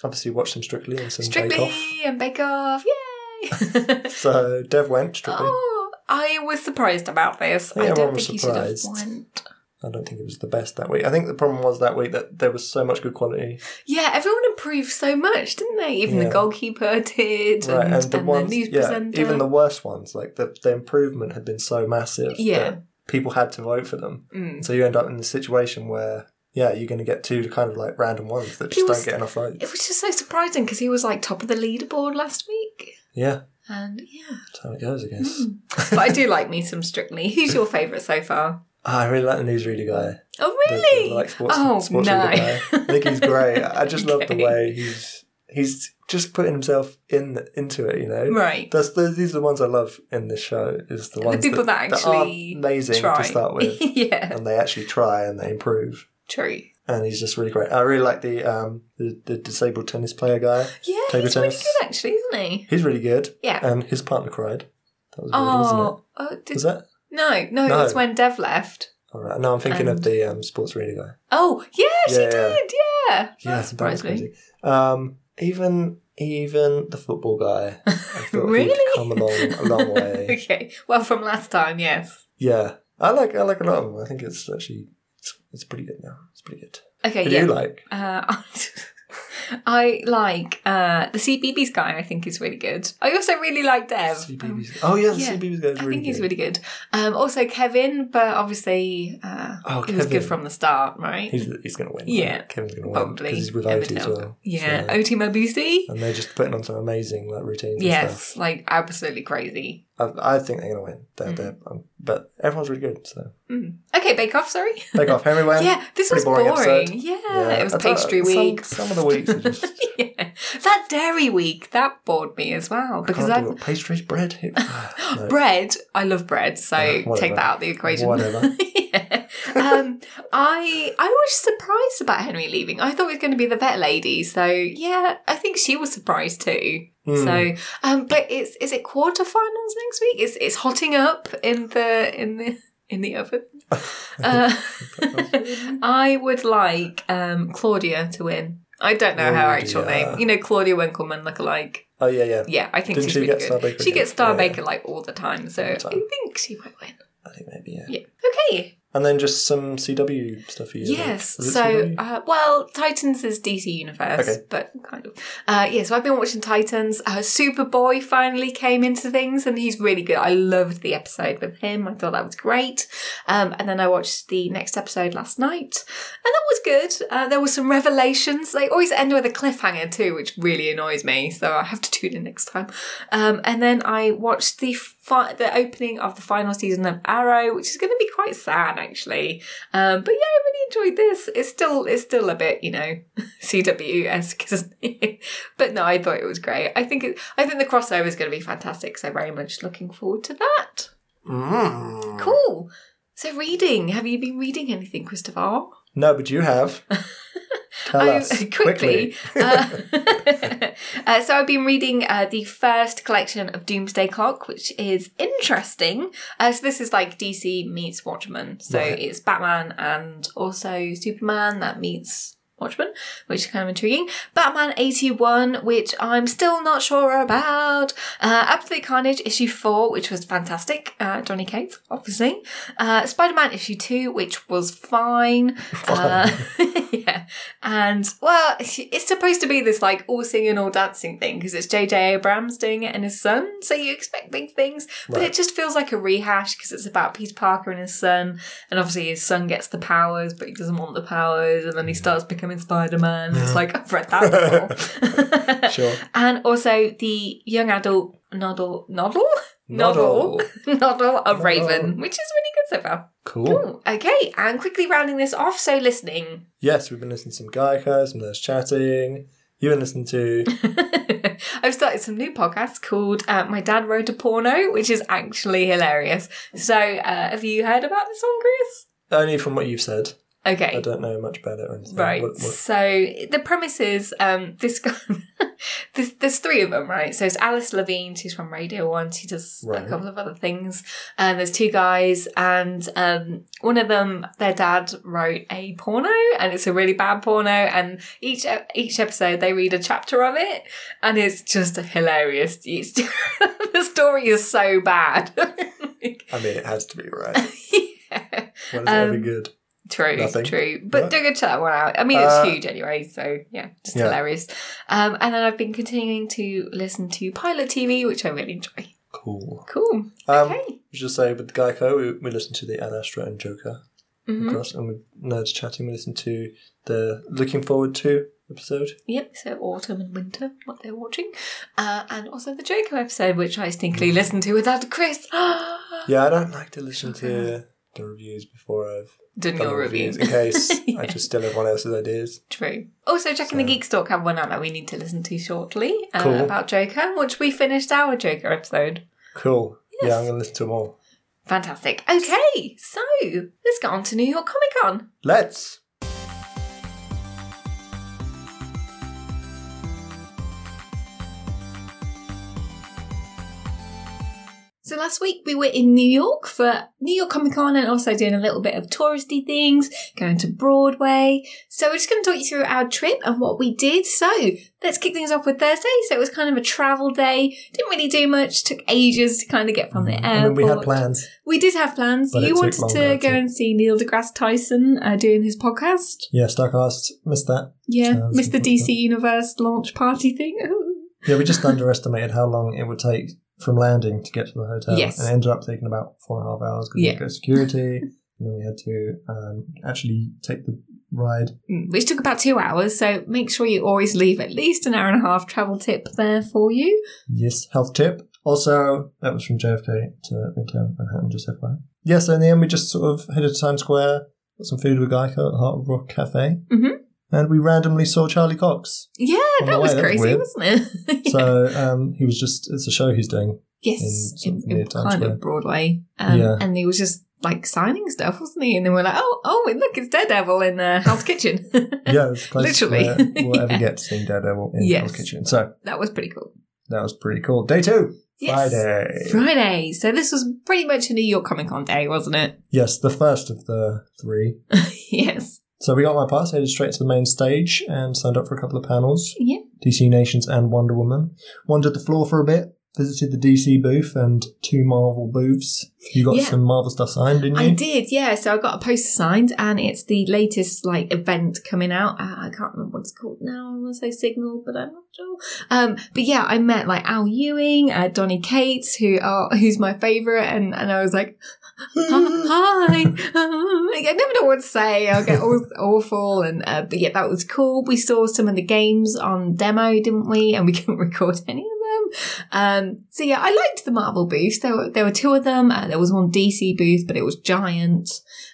C: Obviously, watch some Strictly and some Bake
B: Strictly
C: Off.
B: and Bake Off, yay!
C: So Dev went Strictly.
B: oh, I was surprised about this.
C: Yeah,
B: I
C: everyone
B: don't
C: was
B: think you should have
C: surprised.
B: went.
C: I don't think it was the best that week. I think the problem was that week that there was so much good quality.
B: Yeah, everyone improved so much, didn't they? Even
C: Yeah.
B: the goalkeeper did,
C: right,
B: and,
C: and the ones,
B: news
C: yeah,
B: presenter.
C: even the worst ones, like the, the improvement had been so massive
B: Yeah.
C: that people had to vote for them.
B: Mm.
C: So you end up in the situation where, yeah, you're going to get two kind of like random ones that just
B: People
C: don't get enough votes.
B: It was just so surprising because he was like top of the leaderboard last week.
C: yeah,
B: And yeah.
C: that's how it goes, I guess.
B: Mm. but I do like me some Strictly. Who's your favourite so far?
C: Ah, I really like the newsreader guy.
B: Oh,
C: The- the,
B: really?
C: like sports,
B: oh,
C: sports
B: no.
C: reader guy. I think he's great. I just love the
B: Okay.
C: way he's he's just putting himself in into it. You know,
B: Right.
C: That's the, these are the ones I love in this show. Is the
B: The
C: ones
B: people that
C: aren't
B: actually
C: amazing
B: Try.
C: to start with,
B: yeah,
C: and they actually try and they improve.
B: true.
C: And he's just really great. I really like the um the, the disabled tennis player guy.
B: Yeah,
C: Table
B: he's really
C: tennis.
B: good actually, isn't he?
C: He's really good.
B: Yeah.
C: And his partner cried. That was weird, wasn't
B: Oh, oh,
C: it?
B: did,
C: Was that?
B: no, no,
C: No.
B: it was when Dev left.
C: All right. No, I'm thinking
B: And-
C: of the um, sports reader guy.
B: Oh, yeah, she
C: Yeah, yeah.
B: did. Yeah,
C: Yeah,
B: that surprised
C: that was
B: me.
C: crazy. Um, even even the football guy. I thought
B: Really?
C: He'd come along a long way.
B: okay, well, from last time, yes.
C: yeah, I like I like a lot of them. I think it's actually it's, it's pretty good now. It's pretty good.
B: Okay,
C: Who do
B: yeah.
C: you like?
B: Uh, I like uh, the CBeebies guy. I think is really good. I also really like Dev. Um,
C: CBeebies. Oh yeah, the
B: yeah.
C: CBeebies guy's
B: I
C: really
B: think he's
C: good.
B: really good. Um, also Kevin, but obviously uh,
C: oh,
B: he was good
C: Kevin.
B: from the start, right?
C: He's, he's going to win. right?
B: Yeah.
C: Kevin's going to win
B: Probably.
C: because he's with
B: Emma
C: OT as
B: Delgado.
C: well.
B: Yeah,
C: So-
B: OT Mabusi.
C: and they're just putting on some amazing like routines. And
B: Yes,
C: stuff.
B: like absolutely crazy.
C: I, I think they're going to win. They're,
B: Mm.
C: they're, um, but everyone's really good. So
B: Mm. Okay, Bake Off. Sorry.
C: Bake Off. Henry went.
B: yeah, this was
C: pretty
B: boring.
C: boring episode.
B: Yeah,
C: Yeah,
B: it was
C: I thought
B: pastry
C: some-
B: week.
C: Some, of the weeks are just
B: yeah, that dairy week that bored me as well because
C: can't
B: I
C: do it. pastries, bread. who- ah, No.
B: bread. I love bread, so
C: Uh, whatever.
B: take that out of the equation.
C: Whatever.
B: yeah. um, I I was surprised about Henry leaving. I thought it was going to be the vet lady. So yeah, I think she was surprised too.
C: Mm.
B: So, um, but it's is it quarterfinals next week? It's it's hotting up in the in the in the oven. Uh, I would like um, Claudia to win. I don't know her actual
C: Claudia.
B: name. You know Claudia Winkelmann lookalike.
C: oh yeah, yeah.
B: Yeah, I think
C: Didn't
B: she's
C: she
B: really
C: get
B: good.
C: Star Baker
B: she
C: again?
B: gets Star
C: Yeah,
B: Baker like all the time, so
C: All the time.
B: I think she might win.
C: I think maybe yeah.
B: Yeah. Okay.
C: And then just some CW stuff. You
B: Yes.
C: Is it
B: So,
C: CW?
B: uh, well, Titans is DC Universe,
C: Okay.
B: but kind of. Uh, yeah, so I've been watching Titans. Uh, Superboy finally came into things and he's really good. I loved the episode with him. I thought that was great. Um, and then I watched the next episode last night and that was good. Uh, there were some revelations. They always end with a cliffhanger too, which really annoys me. So I have to tune in next time. Um, and then I watched the fi- the opening of the final season of Arrow, which is going to be quite sad actually. Um, but yeah, I really enjoyed this. It's still it's still a bit you know CW esque, isn't it? but no, I thought it was great. I think it, I think the crossover is going to be fantastic. So very much looking forward to that.
C: Mm.
B: Cool. So reading, have you been reading anything, Christopher?
C: No, but you have. Tell
B: I-
C: us
B: quickly.
C: quickly.
B: Uh, uh, so I've been reading uh, the first collection of Doomsday Clock, which is interesting. Uh, so this is like DC meets Watchmen. So
C: Right.
B: it's Batman and also Superman that meets Watchmen, which is kind of intriguing. Batman 81, which I'm still not sure about. Uh, Absolute Carnage issue 4, which was fantastic. Uh, Johnny Cates, obviously. Uh, Spider Man issue 2, which was fine. Uh, yeah. And, well, it's supposed to be this like all singing, all dancing thing because it's JJ Abrams doing it and his son. So you expect big things. But
C: Right.
B: it just feels like a rehash because it's about Peter Parker and his son. And obviously his son gets the powers, but he doesn't want the powers. And then he starts becoming Spider Man. It's like, I've read that before.
C: Sure.
B: And also the young adult Noddle Noddle Noddle.
C: Noddle.
B: Noddle, a
C: Noddle.
B: raven, which is really good so far.
C: Cool.
B: Ooh, okay, and quickly rounding this off. So, listening.
C: Yes, we've been listening to some Gaikas, some Nurse Chatting. You've been listening to.
B: I've started some new podcasts called uh, My Dad Wrote a Porno, which is actually hilarious. So, uh, have you heard about this one, Chris?
C: Only from what you've said.
B: Okay.
C: I don't know much about it or anything.
B: Right.
C: What- what-
B: So the premise is um, this guy. there's, there's three of them, right? So it's Alice Levine. She's from Radio One. She does a
C: Right.
B: couple of other things. And there's two guys, and um, one of them, their dad wrote a porno, and it's a really bad porno. And each ep- each episode, they read a chapter of it, and it's just hilarious. It's the story is so bad.
C: I mean, it has to be right.
B: yeah.
C: What is ever
B: Um,
C: good?
B: True,
C: Nothing.
B: true. But
C: Right.
B: do go check that one out. I mean, it's
C: Uh,
B: huge anyway, so yeah, just
C: yeah.
B: hilarious. Um, and then I've been continuing to listen to Pilot TV, which I really enjoy.
C: Cool.
B: Cool.
C: Um,
B: okay.
C: We should just say with Geico, we, we listened to the Ad Astra and Joker,
B: Mhm.
C: of course, and with Nerds Chatting, we listened to the Looking Forward to episode.
B: Yep. So autumn and winter, what they're watching, uh, and also the Draco episode, which I
C: Mm.
B: sneakily listened to without Chris.
C: Yeah, I don't like to listen to the reviews before I've
B: Done
C: done the
B: your review.
C: reviews in case I
B: Yeah.
C: just steal everyone else's ideas.
B: True. Also, Jack and the
C: So-
B: Geek Stalk have one out that we need to listen to shortly uh,
C: Cool.
B: about Joker, which we finished our Joker episode.
C: Cool.
B: Yes.
C: Yeah, I'm going to listen to them all.
B: Fantastic. Okay, so let's go on to New York Comic Con.
C: Let's!
B: So last week we were in New York for New York Comic Con and also doing a little bit of touristy things, going to Broadway. So we're just going to talk you through our trip and what we did. So let's kick things off with Thursday. So it was kind of a travel day. Didn't really do much. Took ages to kind of get from the airport.
C: Mm. I mean, we had plans.
B: We did have plans.
C: But it
B: you
C: took
B: wanted
C: longer,
B: to
C: that's
B: go
C: it.
B: and see Neil deGrasse Tyson uh, doing his podcast.
C: Yeah, Starcast missed that.
B: Yeah,
C: Sounds
B: Mr.
C: important.
B: DC Universe launch party thing.
C: Yeah, we just underestimated how long it would take from landing to get to the hotel.
B: Yes.
C: And it ended up taking about four and a half hours because we had to go security. and then we had to um, actually take the ride.
B: Mm, which took about two hours. So make sure you always leave at least an hour and a half travel tip there for you.
C: Yes, health tip. Also, that was from JFK to Midtown Manhattan, just FYI. Yeah, so in the end, we just sort of headed to Times Square, got some food with Geico at the Heart of Rock Cafe.
B: Mhm.
C: And we randomly saw Charlie Cox.
B: Yeah,
C: On
B: that
C: the
B: was
C: way, that's
B: crazy,
C: weird.
B: wasn't it? Yeah.
C: So um, he was just, it's a show he's doing.
B: yes,
C: in
B: in,
C: sort of
B: in
C: near Times
B: kind
C: Square.
B: of Broadway, um,
C: Yeah.
B: and he was just like signing stuff, wasn't he? And then we're like, oh, oh, and look, it's Daredevil in uh, Hell's Kitchen.
C: Yeah, it's close
B: Literally.
C: to where we'll ever
B: Yeah.
C: get to seeing Daredevil in
B: Yes.
C: Hell's Kitchen. So
B: that was pretty cool.
C: that was pretty cool. Day two.
B: Yes.
C: Friday.
B: Friday. So this was pretty much a New York Comic Con day, wasn't it?
C: Yes, the first of the three.
B: yes.
C: So we got my pass, headed straight to the main stage, and signed up for a couple of panels.
B: Yeah.
C: DC Nations and Wonder Woman. Wandered the floor for a bit. Visited the DC booth and two Marvel booths. You got
B: Yeah.
C: some Marvel stuff signed, didn't you?
B: I did, yeah. So I got a poster signed, and it's the latest like event coming out. Uh, I can't remember what it's called now. I want to say Signal, but I'm not sure. Um, but yeah, I met like Al Ewing, uh, Donny Cates, who are who's my favorite, and and I was like, hi. Um, I never know what to say. I'll get all awful. And uh, but yeah, that was cool. We saw some of the games on demo, didn't we? And we couldn't record any of them. Um, so yeah, I liked the Marvel booth. There were, there were two of them. Uh, there was one DC booth, but it was giant.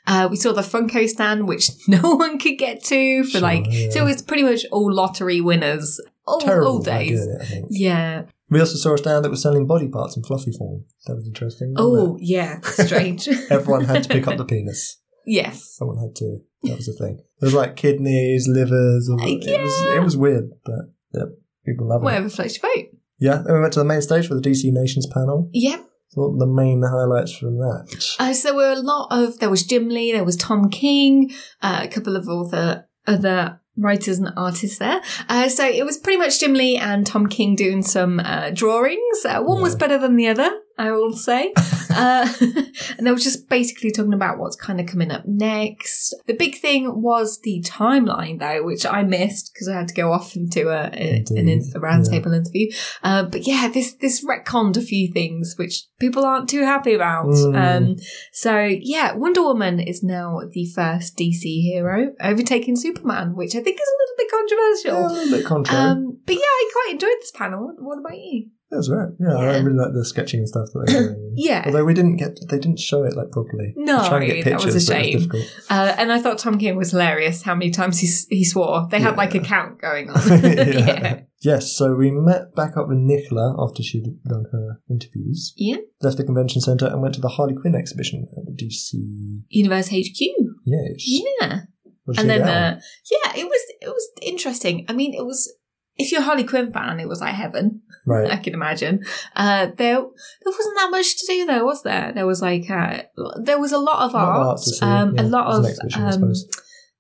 B: Uh, we saw the Funko stand, which no one could get to for
C: Sure,
B: like.
C: yeah.
B: So it was pretty much all lottery winners. All,
C: Terrible
B: all
C: idea,
B: days.
C: I think.
B: Yeah.
C: We also saw a stand that was selling body parts in fluffy form. That was interesting. wasn't
B: Oh, yeah. Strange.
C: it? Everyone had to pick up the penis.
B: yes.
C: Someone had to. That was the thing. There was like kidneys, livers. All, It was it was weird, but yeah, people love it.
B: Whatever floats your boat.
C: Yeah, then we went to the main stage for the DC Nations panel.
B: Yep.
C: So what were the main highlights from that?
B: Uh, so there were a lot of there was Jim Lee, there was Tom King, uh, a couple of author other writers and artists there. Uh, so it was pretty much Jim Lee and Tom King doing some uh, drawings. Uh, one was
C: Yeah.
B: better than the other, I will say. uh, and they were just basically talking about what's kind of coming up next. The big thing was the timeline though, which I missed because I had to go off into a, a- an, in-
C: Indeed,
B: a
C: yeah.
B: roundtable interview. Uh, but yeah, this this retconned a few things which people aren't too happy about.
C: Mm.
B: Um, so yeah, Wonder Woman is now the first DC hero, overtaking Superman, which I think is a little bit
C: Yeah, a
B: controversial.
C: little bit contrary.
B: Um, but yeah, I quite enjoyed this panel. What about you?
C: It was right. Yeah, I
B: Yeah.
C: really like the sketching and stuff that they were doing.
B: Yeah.
C: Although we didn't get, they didn't show it like properly.
B: No,
C: They tried to get
B: that was a
C: pictures, but it
B: shame.
C: difficult.
B: Uh, and I thought Tom King was hilarious how many times he, s- he swore. They had
C: Yeah.
B: like a count going on.
C: yeah. Yes, so we met back up with Nicola after she'd done her interviews.
B: Yeah.
C: Left the convention centre and went to the Harley Quinn exhibition at the DC.
B: Universe HQ.
C: Yes.
B: Yeah.
C: What did
B: and
C: you
B: then
C: get on?
B: uh, yeah, it was it was interesting. I mean, it was if you're a Harley Quinn fan, it was like heaven.
C: right.
B: I can imagine. Uh, there there wasn't that much to do though, was there? There was like uh, there was a lot of
C: A lot of
B: art,
C: art to see,
B: um,
C: yeah.
B: a lot
C: It was an
B: of
C: exhibition, I
B: um,
C: suppose.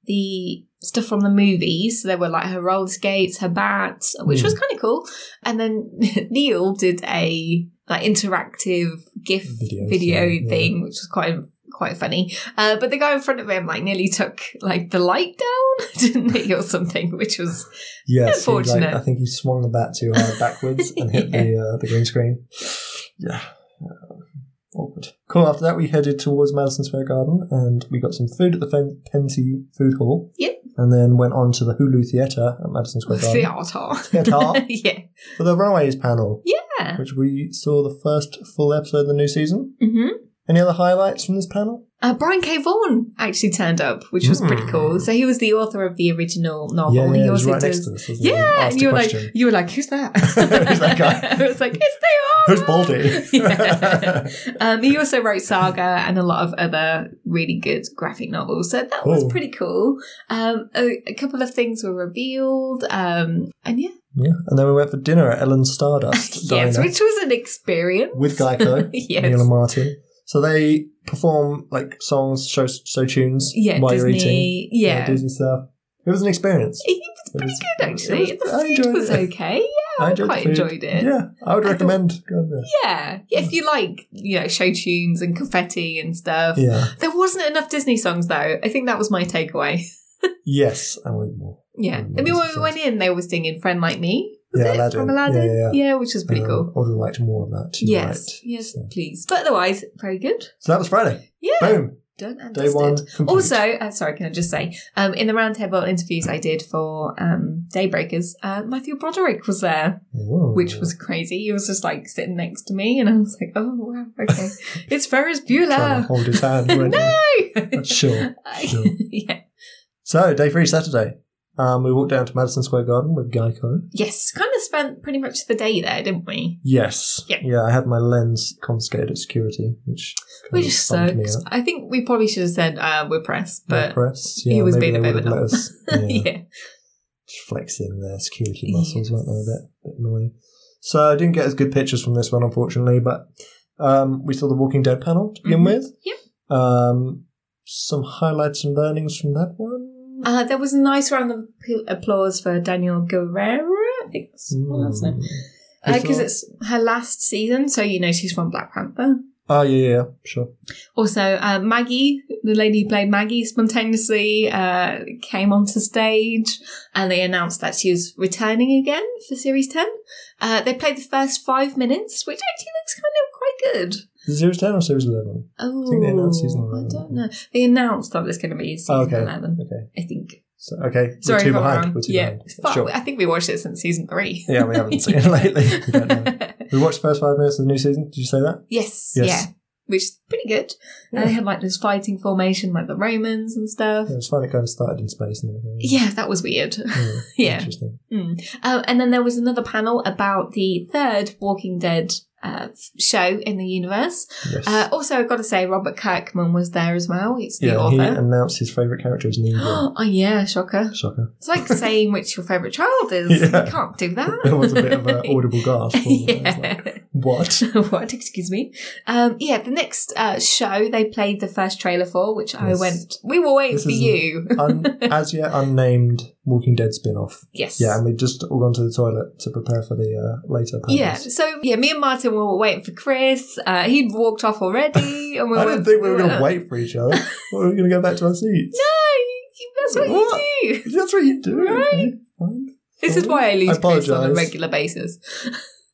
B: the stuff from the movies. There were like her roller skates, her bats, which
C: Hmm.
B: was kind of cool. And then Neil did a like interactive GIF
C: Video
B: video,
C: thing, yeah.
B: thing, which was quite quite funny. Uh, but the guy in front of him like nearly took like the light down, didn't he, or something? Which was
C: Yes, he, like,
B: unfortunate.
C: I think he swung the bat too hard backwards and hit the uh, the green screen. Yeah. Uh, Awkward. Cool. After that, we headed towards Madison Square Garden and we got some food at the Fen- Penty Food Hall.
B: Yep.
C: And then went on to the Hulu Theatre at Madison Square Garden
B: theater.
C: Theatre
B: yeah.
C: for the Runaways panel.
B: Yeah.
C: Which we saw the first full episode of the new season.
B: hmm
C: Any other highlights from this panel?
B: Uh, Brian K. Vaughan actually turned up, which was pretty
C: Hmm.
B: cool. So he was the author of the original novel. he
C: it was
B: also
C: right
B: does-
C: next to us. Wasn't it?
B: Yeah,
C: Asked
B: and
C: a
B: you were
C: question.
B: like, you were like, who's that?
C: Who's that guy?
B: I was like, it's they are.
C: Who's Baldy?
B: Yeah. Um, he also wrote Saga and a lot of other really good graphic novels, so that was
C: Cool.
B: pretty cool. Um, a, a couple of things were revealed, um, and yeah,
C: Yeah, and then we went for dinner at Ellen Stardust
B: yes,
C: Diner
B: which was an experience
C: with Geico,
B: yes.
C: Neil and Martin. So they perform like songs, show, show tunes
B: yeah,
C: while
B: Disney,
C: you're eating,
B: yeah,
C: Disney stuff. It was an experience.
B: It
C: It was
B: good actually.
C: it was- I
B: the food
C: enjoyed
B: was
C: it.
B: okay. Yeah,
C: I
B: I,
C: enjoyed the
B: quite
C: food.
B: enjoyed it.
C: Yeah, Mm. I would
B: I thought-
C: recommend going there.
B: Yeah. if you like, you know, show tunes and confetti and stuff.
C: Yeah.
B: There wasn't enough Disney songs though. I think that was my takeaway.
C: Yes, I want more.
B: Yeah,
C: Mm,
B: I mean when
C: that's
B: we went in, they were singing "Friend Like Me" was
C: Yeah,
B: it?
C: Aladdin.
B: from Aladdin.
C: Yeah,
B: Yeah,
C: yeah,
B: which was pretty
C: Um,
B: cool.
C: I would have liked more of that. You're
B: Yes,
C: right.
B: yes,
C: So-
B: please. But otherwise, very good.
C: So that was Friday.
B: Yeah,
C: Boom.
B: done and
C: Day
B: dusted.
C: one. Complete.
B: Also, uh, sorry, can I just say, um, in the roundtable interviews I did for um, Daybreakers, uh, Matthew Broderick was there.
C: Whoa.
B: which was
C: Oh.
B: crazy. He was just like sitting next to me, and I was like, "Oh wow, okay, it's Ferris
C: Trying to
B: Bueller."
C: hold his hand. weren't you?
B: no,
C: Sure,
B: I-
C: sure.
B: yeah.
C: So day three, Saturday. Um, we walked down to Madison Square Garden with Geico.
B: Yes, kind of spent pretty much the day there, didn't we?
C: Yes.
B: Yeah.
C: I had my lens confiscated at security, which kind
B: Which
C: of bummed me
B: sucks.
C: out.
B: I think we probably should have said uh, we're pressed, but
C: Impressed.
B: he
C: Yeah,
B: was
C: maybe
B: being
C: they
B: a
C: would
B: bit of an
C: have let us- yeah,
B: yeah.
C: just flexing their security
B: Yes.
C: muscles, weren't they? A bit, bit annoying. So I didn't get as good pictures from this one, unfortunately, but um, we saw the Walking Dead panel to begin
B: Mhm.
C: with.
B: Yep.
C: Um, some highlights and learnings from that one.
B: Uh, there was a nice round of p- applause for Daniel Guerrero. I think that's
C: Hmm.
B: that's it.
C: We
B: Because
C: saw-
B: Uh, it's her last season, so you know she's from Black Panther.
C: Oh, yeah, yeah, sure.
B: Also, uh, Maggie, the lady who played Maggie, spontaneously uh, came onto stage and they announced that she was returning again for Series 10. Uh, they played the first five minutes, which actually looks kind of quite good.
C: Series 10 or Series 11?
B: Oh,
C: think they announced season 11.
B: I don't know. They announced that there's going to be season
C: Oh, okay.
B: 11,
C: Okay.
B: I think.
C: So, okay.
B: Sorry
C: we're two
B: if I'm
C: behind.
B: wrong.
C: We're two
B: yeah,
C: behind.
B: Fuck,
C: Sure.
B: I think we watched it since season three.
C: Yeah, we haven't seen it lately. We don't know. We watched the first five minutes of the new season. Did you say that?
B: yes,
C: Yes.
B: yeah. Which is pretty good.
C: Yeah.
B: And they had like this fighting formation, like the Romans and stuff.
C: It was fun. It kind of started in space and everything.
B: Yeah, that was weird.
C: Yeah.
B: Yeah.
C: Interesting.
B: Um, and then there was another panel about the third Walking Dead uh, f- show in the universe.
C: Yes.
B: Uh, also, I've got to say, Robert Kirkman was there as well. He's the
C: yeah, he
B: author.
C: announced his favourite character is Negan.
B: oh, yeah, shocker.
C: Shocker.
B: It's like saying which your favourite child is.
C: Yeah.
B: You can't do that.
C: There was a bit of an audible gasp. wasn't there? It was
B: yeah.
C: like, what?
B: what? Excuse me. Um, yeah, the next uh, show they played the first trailer for, which I
C: Yes.
B: went, we were waiting
C: This
B: for
C: is-
B: you.
C: Un- as yet unnamed Walking Dead spin off.
B: yes.
C: Yeah, and we just all gone to the toilet to prepare for the uh, later panels.
B: Yeah, so yeah, me and Martin were waiting for Chris. Uh, he'd walked off already, and we
C: I
B: were.
C: didn't think we were going to
B: uh,
C: wait for each other. we were going to go back to our seats.
B: No, that's what,
C: What?
B: you do.
C: That's what you do.
B: Right.
C: okay, fine.
B: This is why I
C: I
B: lose Chris on a
C: apologise.
B: regular basis.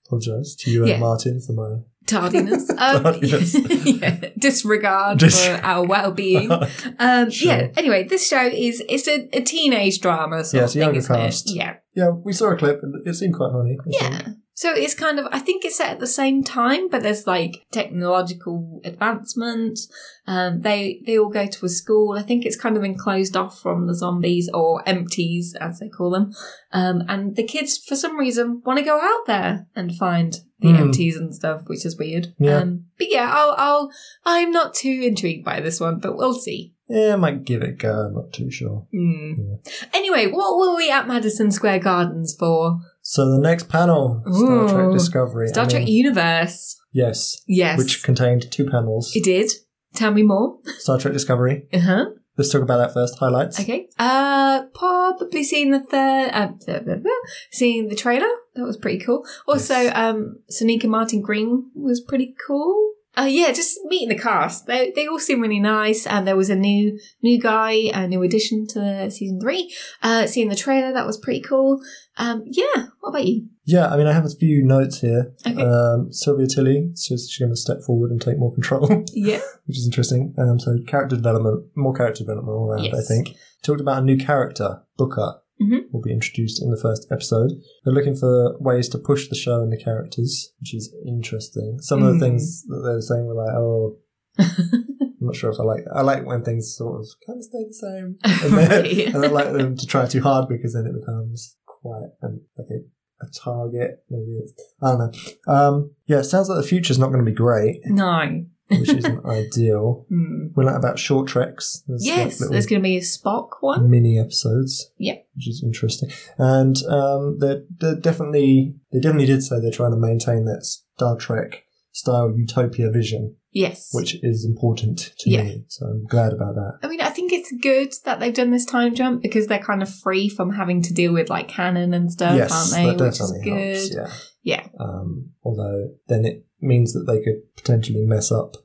C: Apologise to you
B: Yeah.
C: and Martin for my
B: Tardiness, um,
C: Tardiness.
B: yeah, disregard
C: Dis-
B: for our well-being. Um,
C: Sure.
B: Yeah. Anyway, this show is it's a, a teenage drama. Sort
C: Yeah,
B: of
C: it's a
B: thing,
C: younger
B: isn't it?
C: cast.
B: Yeah,
C: Yeah, we saw a clip and it seemed quite funny. I
B: yeah.
C: think.
B: So it's kind of, I think it's set at the same time, but there's like technological advancement. Um, they they all go to a school. I think it's kind of enclosed off from the zombies or empties, as they call them. Um, and the kids, for some reason, want to go out there and find the
C: Hmm.
B: empties and stuff, which is weird.
C: Yeah.
B: Um, but yeah, I'll, I'll I'm not too intrigued by this one, but we'll see.
C: Yeah, I might give it a go. I'm not too sure.
B: Hmm. Anyway, what were we at Madison Square Gardens for?
C: So the next panel, Star
B: Ooh.
C: Trek Discovery.
B: Star
C: I
B: Trek
C: mean,
B: Universe.
C: yes,
B: Yes.
C: which contained two panels.
B: It did. Tell me more.
C: Star Trek Discovery.
B: Uh huh.
C: Let's talk about that first. Highlights.
B: Okay. Uh, probably seeing the third, uh, blah, blah, blah, seeing the trailer. That was pretty cool. Also,
C: Yes.
B: um, Sonika Martin Green was pretty cool. Uh, yeah, just meeting the cast. They they all seem really nice, and there was a new new guy, a new addition to season three. Uh, seeing the trailer, that was pretty cool. Um, yeah. What about you?
C: Yeah, I mean, I have a few notes here.
B: Okay.
C: Um, Sylvia Tilly says she's going to step forward and take more control.
B: yeah.
C: which is interesting. Um, so character development, more character development all around, uh, I
B: Yes.
C: think. Talked about a new character, Booker,
B: Mhm.
C: will be introduced in the first episode. They're looking for ways to push the show and the characters, which is interesting. Some of
B: Mm.
C: the things that they were saying were like, oh, I'm not sure if I like. I like when things sort of kind of stay the same, and,
B: Right.
C: then, I don't like them to try too hard because then it becomes quite um, like a, a target. Maybe it's I don't know. Um, yeah, it sounds like the future's not going to be great,
B: No.
C: which isn't ideal.
B: Hmm.
C: We're not about short treks. There's like
B: Yes,
C: little
B: there's going to be a Spock one.
C: mini episodes.
B: Yeah.
C: which is interesting. And um, they're, they're definitely they definitely did say they're trying to maintain that Star Trek style utopia vision,
B: Yes.
C: which is important to
B: Yeah.
C: me. So I'm glad about that.
B: I mean, I think it's good that they've done this time jump because they're kind of free from having to deal with like canon and stuff,
C: yes,
B: aren't they?
C: that
B: Which is
C: definitely
B: good.
C: helps. Yeah,
B: Yeah.
C: Um, although then it means that they could potentially mess up.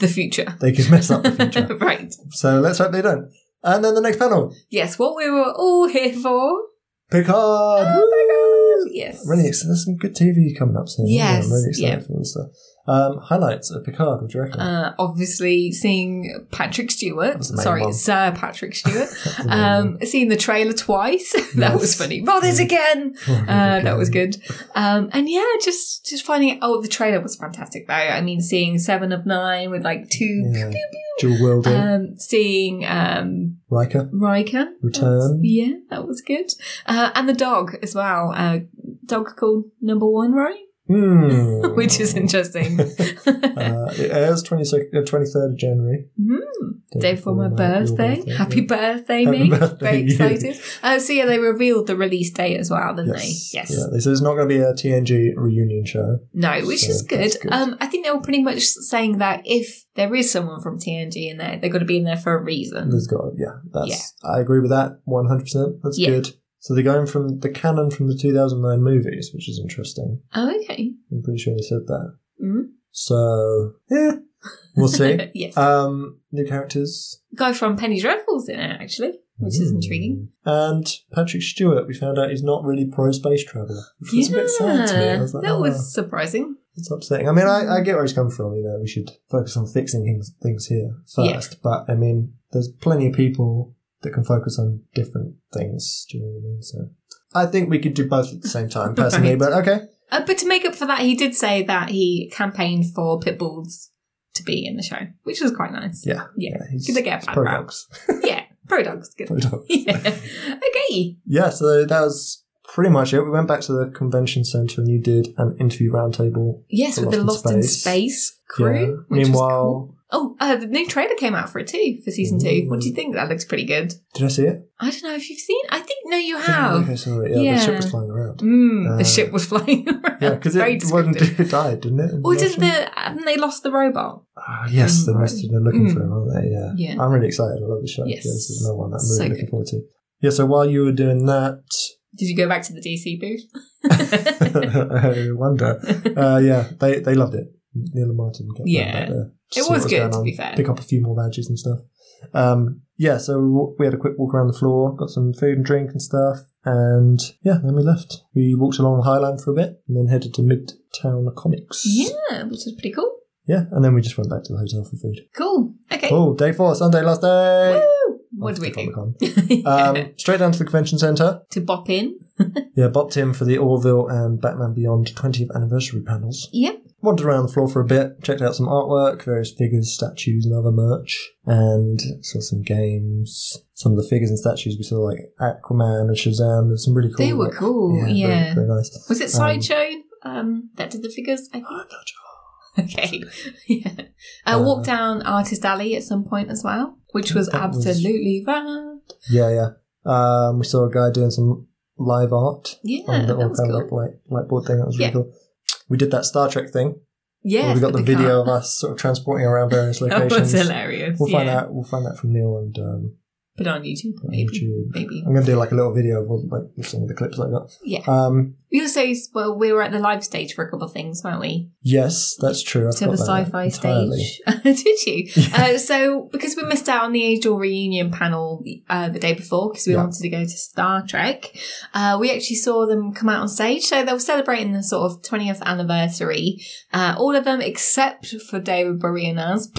B: The future.
C: They could mess up the future.
B: right.
C: so let's hope they don't. And then the next panel,
B: Yes, what we were all here for.
C: Picard. Woo!
B: Yes.
C: I'm really excited. There's some good TV coming up soon.
B: Yes,
C: I'm really
B: yeah.
C: excited for all this stuff. Um, highlights of Picard, what do you reckon?
B: Uh, obviously, seeing Patrick Stewart.
C: That's the main
B: Sorry,
C: one.
B: Sir Patrick Stewart.
C: That's the main
B: um, seeing the trailer twice. that
C: Yes.
B: was funny. Bothers
C: Yeah.
B: again.
C: one.
B: Uh, that was good. Um, and yeah, just just finding oh the trailer was fantastic though. I mean, seeing Seven of Nine with like two,
C: Yeah. Dual wielding.
B: um, seeing um
C: Riker.
B: Riker
C: Return.
B: yeah, that was good. Uh, and the dog as well. Uh, dog called Number One, right?
C: Hmm.
B: Which is interesting.
C: uh, it airs 22nd, uh, 23rd of January.
B: Mm. Day before my
C: before my- your
B: birthday.
C: birthday,
B: Happy
C: yeah.
B: birthday,
C: Happy
B: me.
C: birthday,
B: Very
C: you.
B: excited. Uh, so yeah, they revealed the release date as well, didn't they? Yes.
C: Yeah, they said it's not going to be a TNG reunion show.
B: No, which
C: So
B: is good.
C: that's good.
B: Um, I think they were pretty much saying that if there is someone from TNG in there, they're going to be in there for a reason.
C: There's got yeah, that's I agree with that 100%. That's
B: Yeah.
C: good. So they're going from the canon from the 2009 movies, which is interesting.
B: oh, okay.
C: I'm pretty sure they said that.
B: Mm.
C: So, yeah, we'll see.
B: yes.
C: Um, new characters.
B: Guy from Penny Dreadful's in it, actually, which is
C: Hmm.
B: intriguing.
C: And Patrick Stewart, we found out he's not really pro space travel, which was a bit sad to me. I was like,
B: that
C: "Oh,
B: was surprising.
C: it's upsetting. I mean, I, I get where he's come from. You know, we should focus on fixing things, things here
B: Yeah.
C: first. But I mean, there's plenty of people that can focus on different things. Do you know what I mean? So. I think we could do both at the same time, personally.
B: Right.
C: But okay,
B: Uh, but to make up for that, he did say that he campaigned for Pitbulls to be in the show, which was quite nice.
C: yeah,
B: Yeah.
C: he's,
B: Give the gap
C: he's
B: back
C: pro
B: round.
C: dogs.
B: Yeah, pro dogs, good.
C: Pro dogs.
B: yeah. Okay.
C: yeah, so that was pretty much it. We went back to the convention centre and you did an interview roundtable.
B: Yes,
C: For
B: with the Lost in Space crew.
C: Yeah.
B: Which
C: Meanwhile,
B: was cool. Oh, uh, the new trailer came out for it too for season two. What do
C: Mm.
B: you think? That looks pretty good.
C: did I see it?
B: I don't know if you've seen. I think no, you
C: Okay,
B: have.
C: sorry. Yeah, the
B: Yeah.
C: ship was flying around.
B: Mm,
C: Uh,
B: the ship was flying around.
C: Yeah, because
B: Very
C: it, wasn't,
B: descriptive.
C: it died, didn't it? in
B: Or didn't
C: Russia?
B: the haven't they lost the robot?
C: Ah, yes, the
B: Right.
C: rest of them are looking for
B: Mm.
C: him, aren't they? Yeah.
B: Yeah.
C: I'm really excited. I love the show.
B: Yes.
C: Yeah, this is another one that I'm really
B: So
C: looking
B: good.
C: forward to. Yeah, so while you were doing that,
B: Did you go back to the DC booth?
C: I wonder. Uh, yeah, they, they loved it. Neil and Martin. Got
B: Yeah.
C: back there. to
B: It
C: see what
B: was good,
C: going
B: to
C: on,
B: be fair.
C: Pick up a few more badges and stuff. Um, yeah, so we, wa- we had a quick walk around the floor, got some food and drink and stuff, and yeah, then we left. We walked along the High Line for a bit, and then headed to Midtown Comics.
B: yeah, which was pretty cool.
C: Yeah, and then we just went back to the hotel for food.
B: Cool. Okay.
C: Cool. Day four, Sunday, last day.
B: Woo! What do we
C: after
B: think?
C: Comic-Con.
B: Yeah.
C: Um, straight down to the convention center.
B: to bop in.
C: Yeah, bopped in for the Orville and Batman Beyond 20th anniversary panels.
B: Yep.
C: Wandered around the floor for a bit, checked out some artwork, various figures, statues, and other merch, and saw some games. Some of the figures and statues we saw, like Aquaman and Shazam, there's some really cool.
B: They were
C: like-
B: cool,
C: very-
B: yeah.
C: Very, nice.
B: Was it
C: Um,
B: Sideshow um, that did the figures? I
C: I'm
B: think.
C: not sure.
B: Okay. yeah. I
C: Uh,
B: walked down Artist Alley at some point as well, which was
C: That was-
B: absolutely rad.
C: Yeah, yeah. Um, we saw a guy doing some live art
B: Yeah,
C: on the
B: that was
C: kind of
B: cool.
C: like light, light board thing. That was really
B: Yeah.
C: cool. We did that Star Trek thing. where
B: Yeah,
C: we got
B: for
C: the,
B: car.
C: video of us sort of transporting around various
B: That
C: locations.
B: was hilarious.
C: We'll
B: yeah.
C: find out. We'll find that from Neil and um,
B: Put it on YouTube,
C: on
B: maybe.
C: YouTube.
B: Maybe.
C: I'm going to do like a little video of all, like some of the clips I got.
B: Yeah.
C: Um,
B: We also, well, we were at the live stage for a couple of things, weren't we?
C: yes, that's true. I
B: to the
C: forgot about that
B: sci-fi
C: entirely.
B: stage. Did you? Uh, so because we missed out on the Age Or Reunion panel uh, the day before because we
C: Yeah.
B: wanted to go to Star Trek, uh, we actually saw them come out on stage. So they were celebrating the sort of 20th anniversary. Uh, all of them except for David Bowie and us.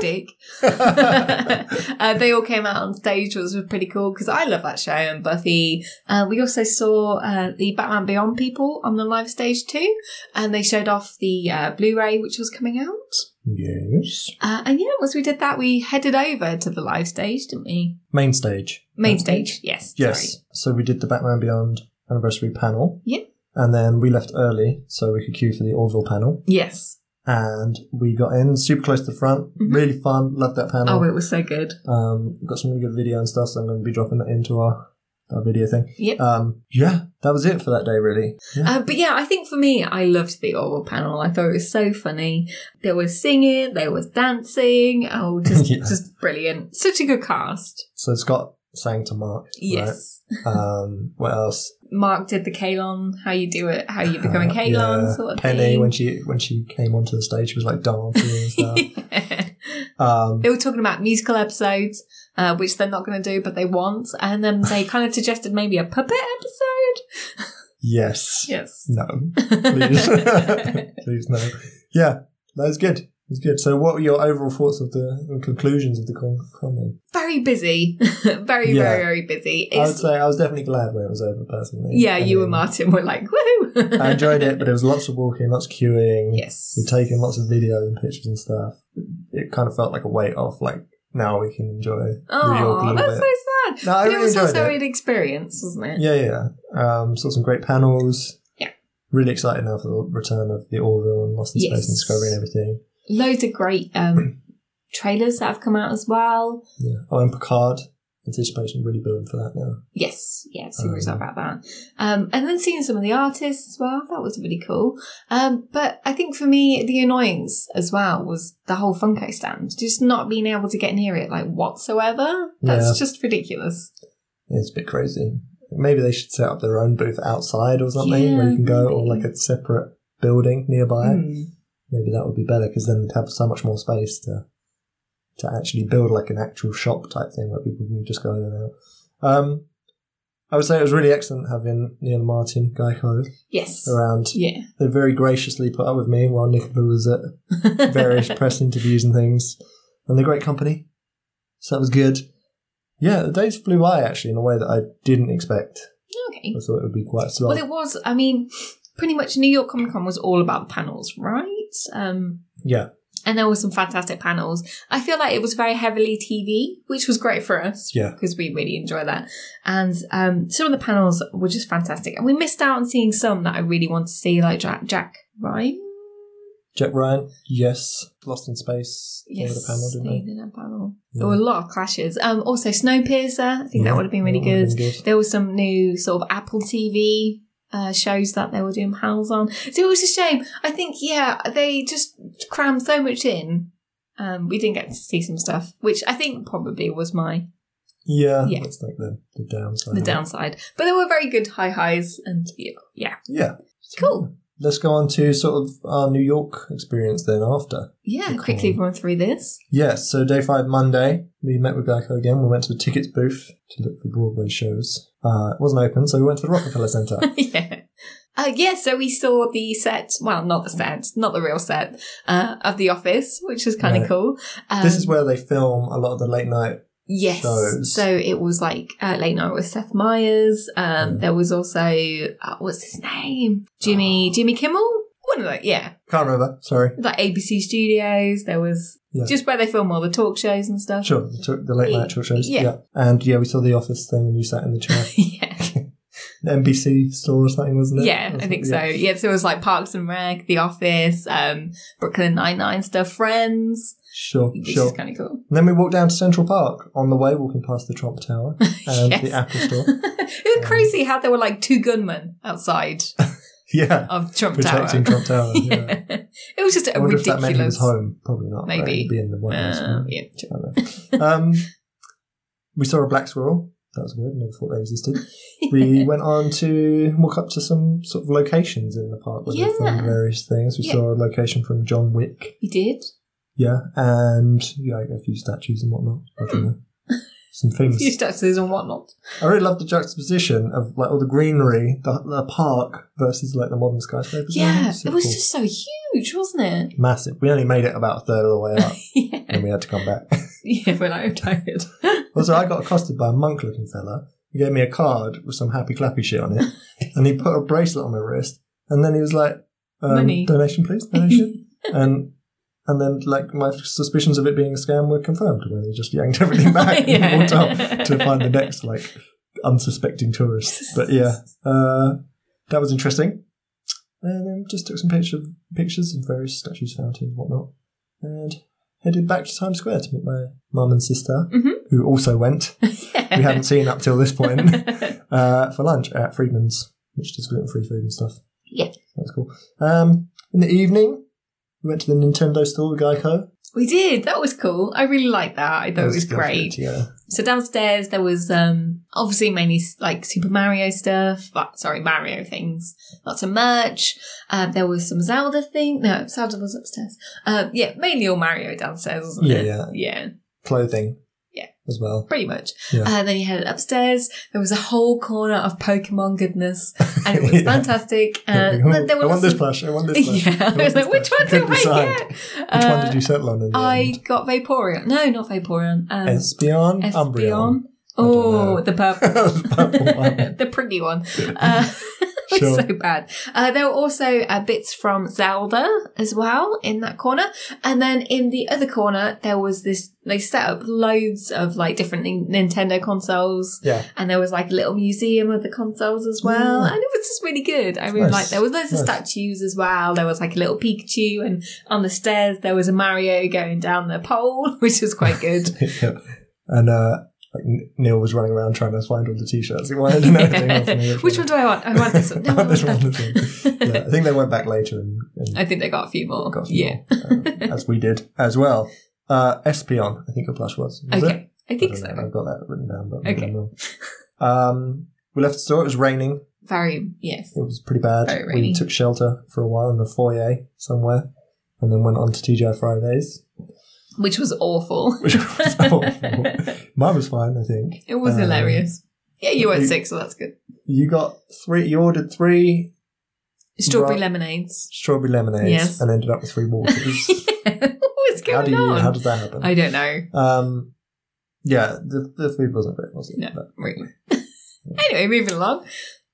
B: Dick. uh, they all came out on stage, which was pretty cool because I love that show and Buffy. Uh, we also saw uh, the Batman Beyond people on the live stage too, and they showed off the uh, Blu-ray which was coming out.
C: yes,
B: Uh, and yeah, once we did that, we headed over to the live stage, didn't we?
C: main stage.
B: Main
C: That's
B: stage,
C: it.
B: yes.
C: Yes.
B: Sorry.
C: So we did the Batman Beyond anniversary panel.
B: Yeah.
C: And then we left early so we could queue for the Orville panel.
B: Yes.
C: And we got in super close to the front.
B: Mhm.
C: Really fun. Loved that panel.
B: Oh, it was so good.
C: Um, got some really good video and stuff, so I'm going to be dropping that into our, our video thing.
B: Yep.
C: Um, yeah, that was it for that day, really. Yeah.
B: Uh, but yeah, I think for me, I loved the Orwell panel. I thought it was so funny. There was singing, there was dancing. Oh, just
C: Yeah.
B: just brilliant. Such a good cast.
C: so Scott sang to Mark. right?
B: Yes.
C: Um, what else?
B: Mark did the Kalon, how you do it, how you become a
C: Uh,
B: Kalon
C: yeah.
B: sort of
C: Penny,
B: thing.
C: when she when she came onto the stage, she was like dancing and stuff.
B: Yeah.
C: um,
B: They were talking about musical episodes, uh, which they're not going to do, but they want. And then they kind of suggested maybe a puppet episode.
C: yes.
B: Yes.
C: No. Please. Please, no. Yeah, that was good. It was good. So, what were your overall thoughts of the and conclusions of the con- comment?
B: very busy. very,
C: Yeah.
B: very, very busy.
C: I would
B: It's,
C: say I was definitely glad when it was over, personally.
B: yeah,
C: I
B: you
C: mean,
B: and Martin were like, woohoo.
C: I enjoyed it, but there was lots of walking, lots of queuing.
B: Yes.
C: We're taking lots of videos and pictures and stuff. It kind of felt like a weight off. Like now we can enjoy New York a
B: Oh,
C: little
B: that's
C: bit.
B: so sad.
C: no, I
B: but it
C: really
B: was
C: enjoyed
B: also
C: it.
B: an experience, wasn't it?
C: Yeah, yeah. yeah. Um, saw some great panels.
B: Yeah.
C: Really excited now for the return of the Orville and Lost in
B: Yes.
C: Space and Discovery and everything.
B: Loads of great um, trailers that have come out as well.
C: Yeah. Oh, and Picard. Anticipation really building for that now.
B: Yes, yeah, super
C: Um,
B: excited about that. Um, and then seeing some of the artists as well, that was really cool. Um, but I think for me, the annoyance as well was the whole Funko stand, just not being able to get near it like whatsoever. That's
C: Yeah.
B: just ridiculous.
C: It's a bit crazy. Maybe they should set up their own booth outside or something where you can go, or
B: maybe.
C: like a separate building nearby.
B: Hmm.
C: Maybe that would be better because then they'd have so much more space to to actually build like an actual shop type thing where people can just go in and out. Um, I would say it was really excellent having Neil Martin, Geico
B: Yes.
C: around.
B: Yeah.
C: They very graciously put up with me while Nicola was at various press interviews and things, and they're great company. So that was good. Yeah, the days flew by actually in a way that I didn't expect.
B: okay.
C: I thought it would be quite slow.
B: Well, it was, I mean, pretty much New York Comic Con was all about panels, right? Um,
C: yeah,
B: and there were some fantastic panels. I feel like it was very heavily TV, which was great for us
C: yeah,
B: because we really enjoy that. And um, some of the panels were just fantastic, and we missed out on seeing some that I really want to see, like Jack, Jack Ryan.
C: Jack Ryan, yes, Lost in Space. they had
B: Yes,
C: a panel, didn't
B: they
C: they?
B: did a panel.
C: Yeah.
B: There were a lot of clashes. Um, also Snowpiercer. I think
C: Yeah,
B: that would have been really
C: would've
B: good.
C: been
B: There was some new sort of Apple TV uh, shows that they were doing panels on. So it was a shame. I think, yeah, they just crammed so much in. Um, we didn't get to see some stuff, which I think probably was my
C: Yeah,
B: Yeah.
C: that's like the, the downside.
B: the downside. But there were very good high highs, and yeah, yeah,
C: Yeah.
B: Cool.
C: Let's go on to sort of our New York experience then after.
B: yeah.
C: Good
B: Quickly
C: call.
B: run through this.
C: Yes, so day five, Monday, we met with Geico again. We went to the tickets booth to look for Broadway shows. Uh, it wasn't open, so we went to the Rockefeller Center.
B: yeah. Uh, yeah, so we saw the set, well, not the set, not the real set, uh, of The Office, which was kind of
C: Right.
B: cool. Um,
C: this is where they film a lot of the late night
B: Yes.
C: shows.
B: So it was like uh, Late Night with Seth Meyers. Um,
C: Mm.
B: There was also uh, what's his name,
C: Ah.
B: Jimmy Jimmy Kimmel. One of the yeah,
C: Can't remember. Sorry.
B: like ABC Studios. There was
C: Yeah.
B: just where they film all the talk shows and stuff.
C: Sure. The, t- the late night talk shows.
B: Uh, Yeah.
C: And yeah, we saw the office thing and you sat in the chair.
B: yeah,
C: The NBC store or something, wasn't it?
B: yeah,
C: Or
B: I think
C: something,
B: so. Yeah, so it was like Parks and Rec, The Office, um, Brooklyn Nine Nine stuff, Friends,
C: Sure.
B: which
C: Sure.
B: is kind of cool.
C: And then we walked down to Central Park on the way, walking past the Trump Tower and
B: Yes.
C: the Apple Store.
B: it was
C: Um,
B: crazy how there were like two gunmen outside
C: Yeah.
B: of Trump
C: Protecting
B: Tower.
C: Trump Tower. Yeah.
B: yeah. It was just
C: I
B: a
C: wonder if that meant he
B: ridiculous.
C: was home. Probably not.
B: Maybe.
C: but He'd be in the White House.
B: Uh,
C: wouldn't he?
B: yeah.
C: I don't know. um, we saw a black squirrel. That was weird. Never thought they existed. We went on to walk up to some sort of locations in the park where they filmed
B: Yeah.
C: various things. We
B: Yeah.
C: saw a location from John Wick.
B: You did?
C: Yeah, and yeah, like a few statues and whatnot. I don't know. Some things.
B: You statues and whatnot.
C: I really love the juxtaposition of like all the greenery, the, the park versus like the modern skyscrapers.
B: Yeah,
C: It's so
B: it was
C: cool.
B: just so huge, wasn't it?
C: massive. We only made it about a third of the way up,
B: Yeah.
C: and we had to come back.
B: Yeah, when I'm tired.
C: Also, I got accosted by a monk looking fella. He gave me a card with some happy clappy shit on it, and he put a bracelet on my wrist, and then he was like, um,
B: Money.
C: donation, please, donation. and and then, like, my suspicions of it being a scam were confirmed when he just yanked everything back
B: Yeah.
C: and walked up to find the next, like, unsuspecting tourist. But yeah, uh, that was interesting. And then just took some picture, pictures of various statues, fountains, whatnot, and headed back to Times Square to meet my mum and sister,
B: Mhm.
C: who also went. We hadn't seen up till this point uh, for lunch at Friedman's, which does gluten free food and stuff.
B: Yeah.
C: That's cool. Um, in the evening, we went to the Nintendo store, Geico.
B: we did. That was cool. I really liked that. I thought it was
C: good,
B: great.
C: Yeah.
B: So downstairs there was um obviously mainly like Super Mario stuff, but sorry Mario things. Lots of merch. Um, there was some Zelda thing. No, Zelda was upstairs. Um, yeah, mainly all Mario downstairs, wasn't
C: Yeah,
B: it?
C: yeah.
B: yeah.
C: Clothing.
B: Yeah.
C: As well.
B: pretty much.
C: Yeah.
B: Uh, then you headed upstairs. There was a whole corner of Pokemon goodness, and it was
C: Yeah.
B: fantastic.
C: I
B: And
C: want,
B: Uh, there were
C: I want
B: lots
C: this
B: of-
C: plush. I want this plush.
B: Yeah, I was like, which one
C: Couldn't
B: do I
C: decide.
B: get?
C: Which
B: Uh,
C: one did you settle on in the
B: I
C: end?
B: got Vaporeon. No, not Vaporeon. Um,
C: Espeon? Umbreon.
B: Espeon.
C: I don't
B: Oh,
C: know.
B: the purple,
C: The purple one.
B: the pretty one. Uh, it was
C: Sure.
B: so bad. Uh, there were also uh, bits from Zelda as well in that corner, and then in the other corner there was this. They set up loads of like different Nin- Nintendo consoles,
C: Yeah.
B: and there was like a little museum of the consoles as well,
C: Yeah.
B: and it was just really good. I really
C: Mm. Nice.
B: liked. There was loads of
C: Nice.
B: statues as well. There was like a little Pikachu, and on the stairs there was a Mario going down the pole, which was quite good.
C: yeah. And uh, like N- Neil was running around trying to find all the t-shirts. He wanted to know everything else. and he was
B: Which one do I want? I want this one. No,
C: I want this one.
B: that
C: This one. yeah, I think they went back later and, and
B: I think they got a few more.
C: got a few
B: yeah.
C: more, uh, as we did as well. Uh, Espeon, I think your plush was. was it?
B: Okay. I think
C: I don't know,
B: so.
C: I've got that written down, but
B: Okay.
C: okay. Um, we left the store. It was raining.
B: Very yes.
C: It was pretty bad.
B: Very rainy.
C: we took shelter for a while in the foyer somewhere, and then went on to TGI Fridays,
B: Which was awful.
C: which was awful. Mine was fine, I think.
B: it was
C: Um,
B: hilarious. Yeah, you weren't
C: you-
B: sick, so that's good.
C: You got three. You ordered three
B: Strawberry
C: right.
B: lemonades.
C: strawberry lemonades
B: Yes.
C: and ended up with three waters.
B: What's
C: how
B: going
C: do you?
B: on?
C: How does that happen?
B: I don't know.
C: um, yeah, the, the food wasn't great, was it?
B: No.
C: But-
B: Really. anyway, moving along.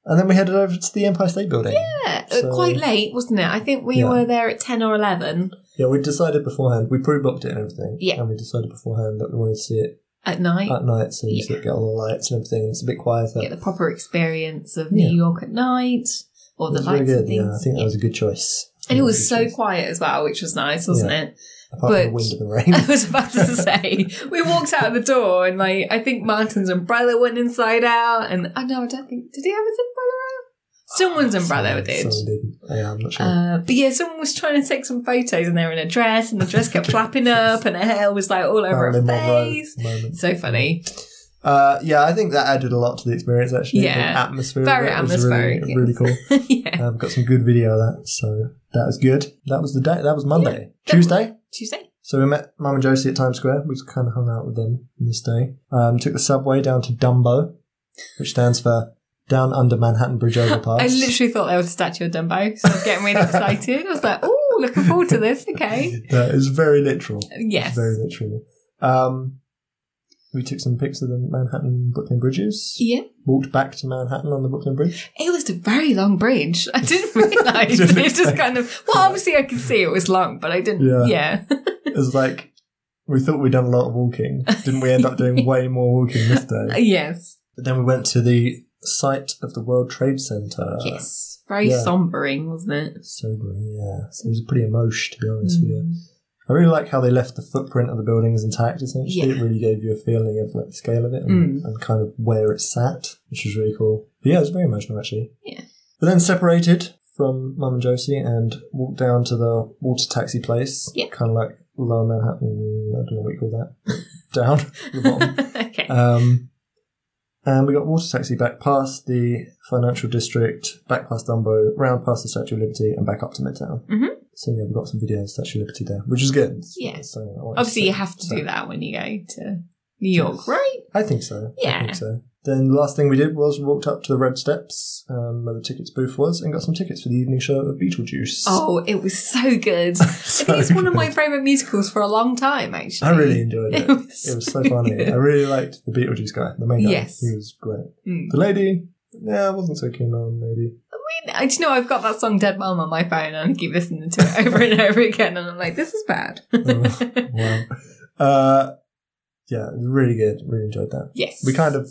C: and then we headed over to the Empire State Building. Yeah,
B: Yeah,
C: So-
B: quite late, wasn't it? I think we
C: Yeah.
B: were there at ten or eleven
C: we decided beforehand. We pre-booked it and everything.
B: Yeah.
C: and we decided beforehand that we wanted to see it
B: at night.
C: at night, so you
B: Yeah.
C: sort of get all the lights and everything. And it's a bit quieter.
B: Get the proper experience of
C: Yeah.
B: New York at night, or
C: It
B: the
C: was really
B: lights and
C: good, Yeah, I
B: things.
C: think
B: Yeah.
C: that was a good choice.
B: and it
C: Really
B: was
C: good
B: so
C: choice.
B: quiet as well, which was nice, wasn't
C: Yeah.
B: it?
C: apart from
B: but-
C: the wind and the
B: I
C: rain.
B: was about to say, we walked out the door and like I think Martin's umbrella went inside out, and I know I don't think did he have his umbrella out? Someone's umbrella
C: Someone-
B: did.
C: someone didn't. Yeah, I'm not Ah, sure.
B: Uh, but yeah, someone was trying to take some photos, and they were in a dress, and the dress kept flapping up, and her hair was like all over her
C: Marilyn Monroe
B: face.
C: moment.
B: So funny.
C: Uh, yeah, I think that added a lot to the experience actually. The
B: Yeah.
C: atmosphere.
B: Very
C: of it was really-
B: atmospheric,
C: Really,
B: yes.
C: cool.
B: yeah,
C: Um, got some good video of that, so that was good. That was the day. That was Monday,
B: that was-
C: Tuesday.
B: Tuesday.
C: So we met Mum and Josie at Times Square. We just kind of hung out with them on this day. Um, took the subway down to Dumbo, which stands for Down Under Manhattan Bridge Overpass.
B: I literally thought there was a statue of Dumbo, so I was getting really excited. I was like, "Oh, looking forward to this." Okay.
C: That is very literal.
B: Yes.
C: Very literal. Um, We took some pics of the Manhattan Brooklyn bridges.
B: Yeah.
C: Walked back to Manhattan on the Brooklyn Bridge.
B: It was a very long bridge. I didn't realise.
C: Didn't
B: it just
C: expect-
B: kind of well, obviously I could see it was long, but I didn't.
C: Yeah.
B: Yeah,
C: It was like we thought we'd done a lot of walking. Didn't we end up doing way more walking this day?
B: Uh, yes,
C: But then we went to the site of the World Trade Center.
B: yes. Very
C: Uh, yeah.
B: sombering, wasn't it?
C: Sobering, yeah. So it was pretty emotional, to be honest with you.
B: Mm.
C: I really like how they left the footprint of the buildings intact. Essentially,
B: Yeah. Mm.
C: it really gave you a feeling of like the scale of it and, and kind of where it sat, which was really cool. But yeah, it was very emotional actually.
B: Yeah.
C: But then separated from Mum and Josie and walked down to the water taxi place.
B: Yeah.
C: Kind of like Lower Manhattan. I don't know what you call that. down the bottom.
B: okay.
C: Um, and we got water taxi back past the financial district, back past Dumbo, round past the Statue of Liberty, and back up to Midtown.
B: Mhm.
C: So yeah, we got some video of the Statue of Liberty there, which is good.
B: Yeah.
C: So I wanted
B: obviously,
C: say-
B: you have to
C: so-
B: do that when you go to New York,
C: Yes.
B: right?
C: I think so. I
B: Yeah.
C: think so. Then the last thing we did was we walked up to the red steps um, where the tickets booth was and got some tickets for the evening show of Beetlejuice.
B: Oh, it was so good. I think it's one of my favorite musicals for a long time. Actually,
C: I really enjoyed it.
B: was,
C: It was so funny. I really liked the Beetlejuice guy, the main guy.
B: Yes.
C: He was great.
B: Mm.
C: The lady, yeah, I wasn't so keen on lady.
B: I do you know I've got that song "Dead Mom" on my phone, and I keep listening to it over and over again, and I'm like, "This is bad."
C: Oh. wow. Uh, yeah, really good. Really enjoyed that.
B: yes,
C: We kind of,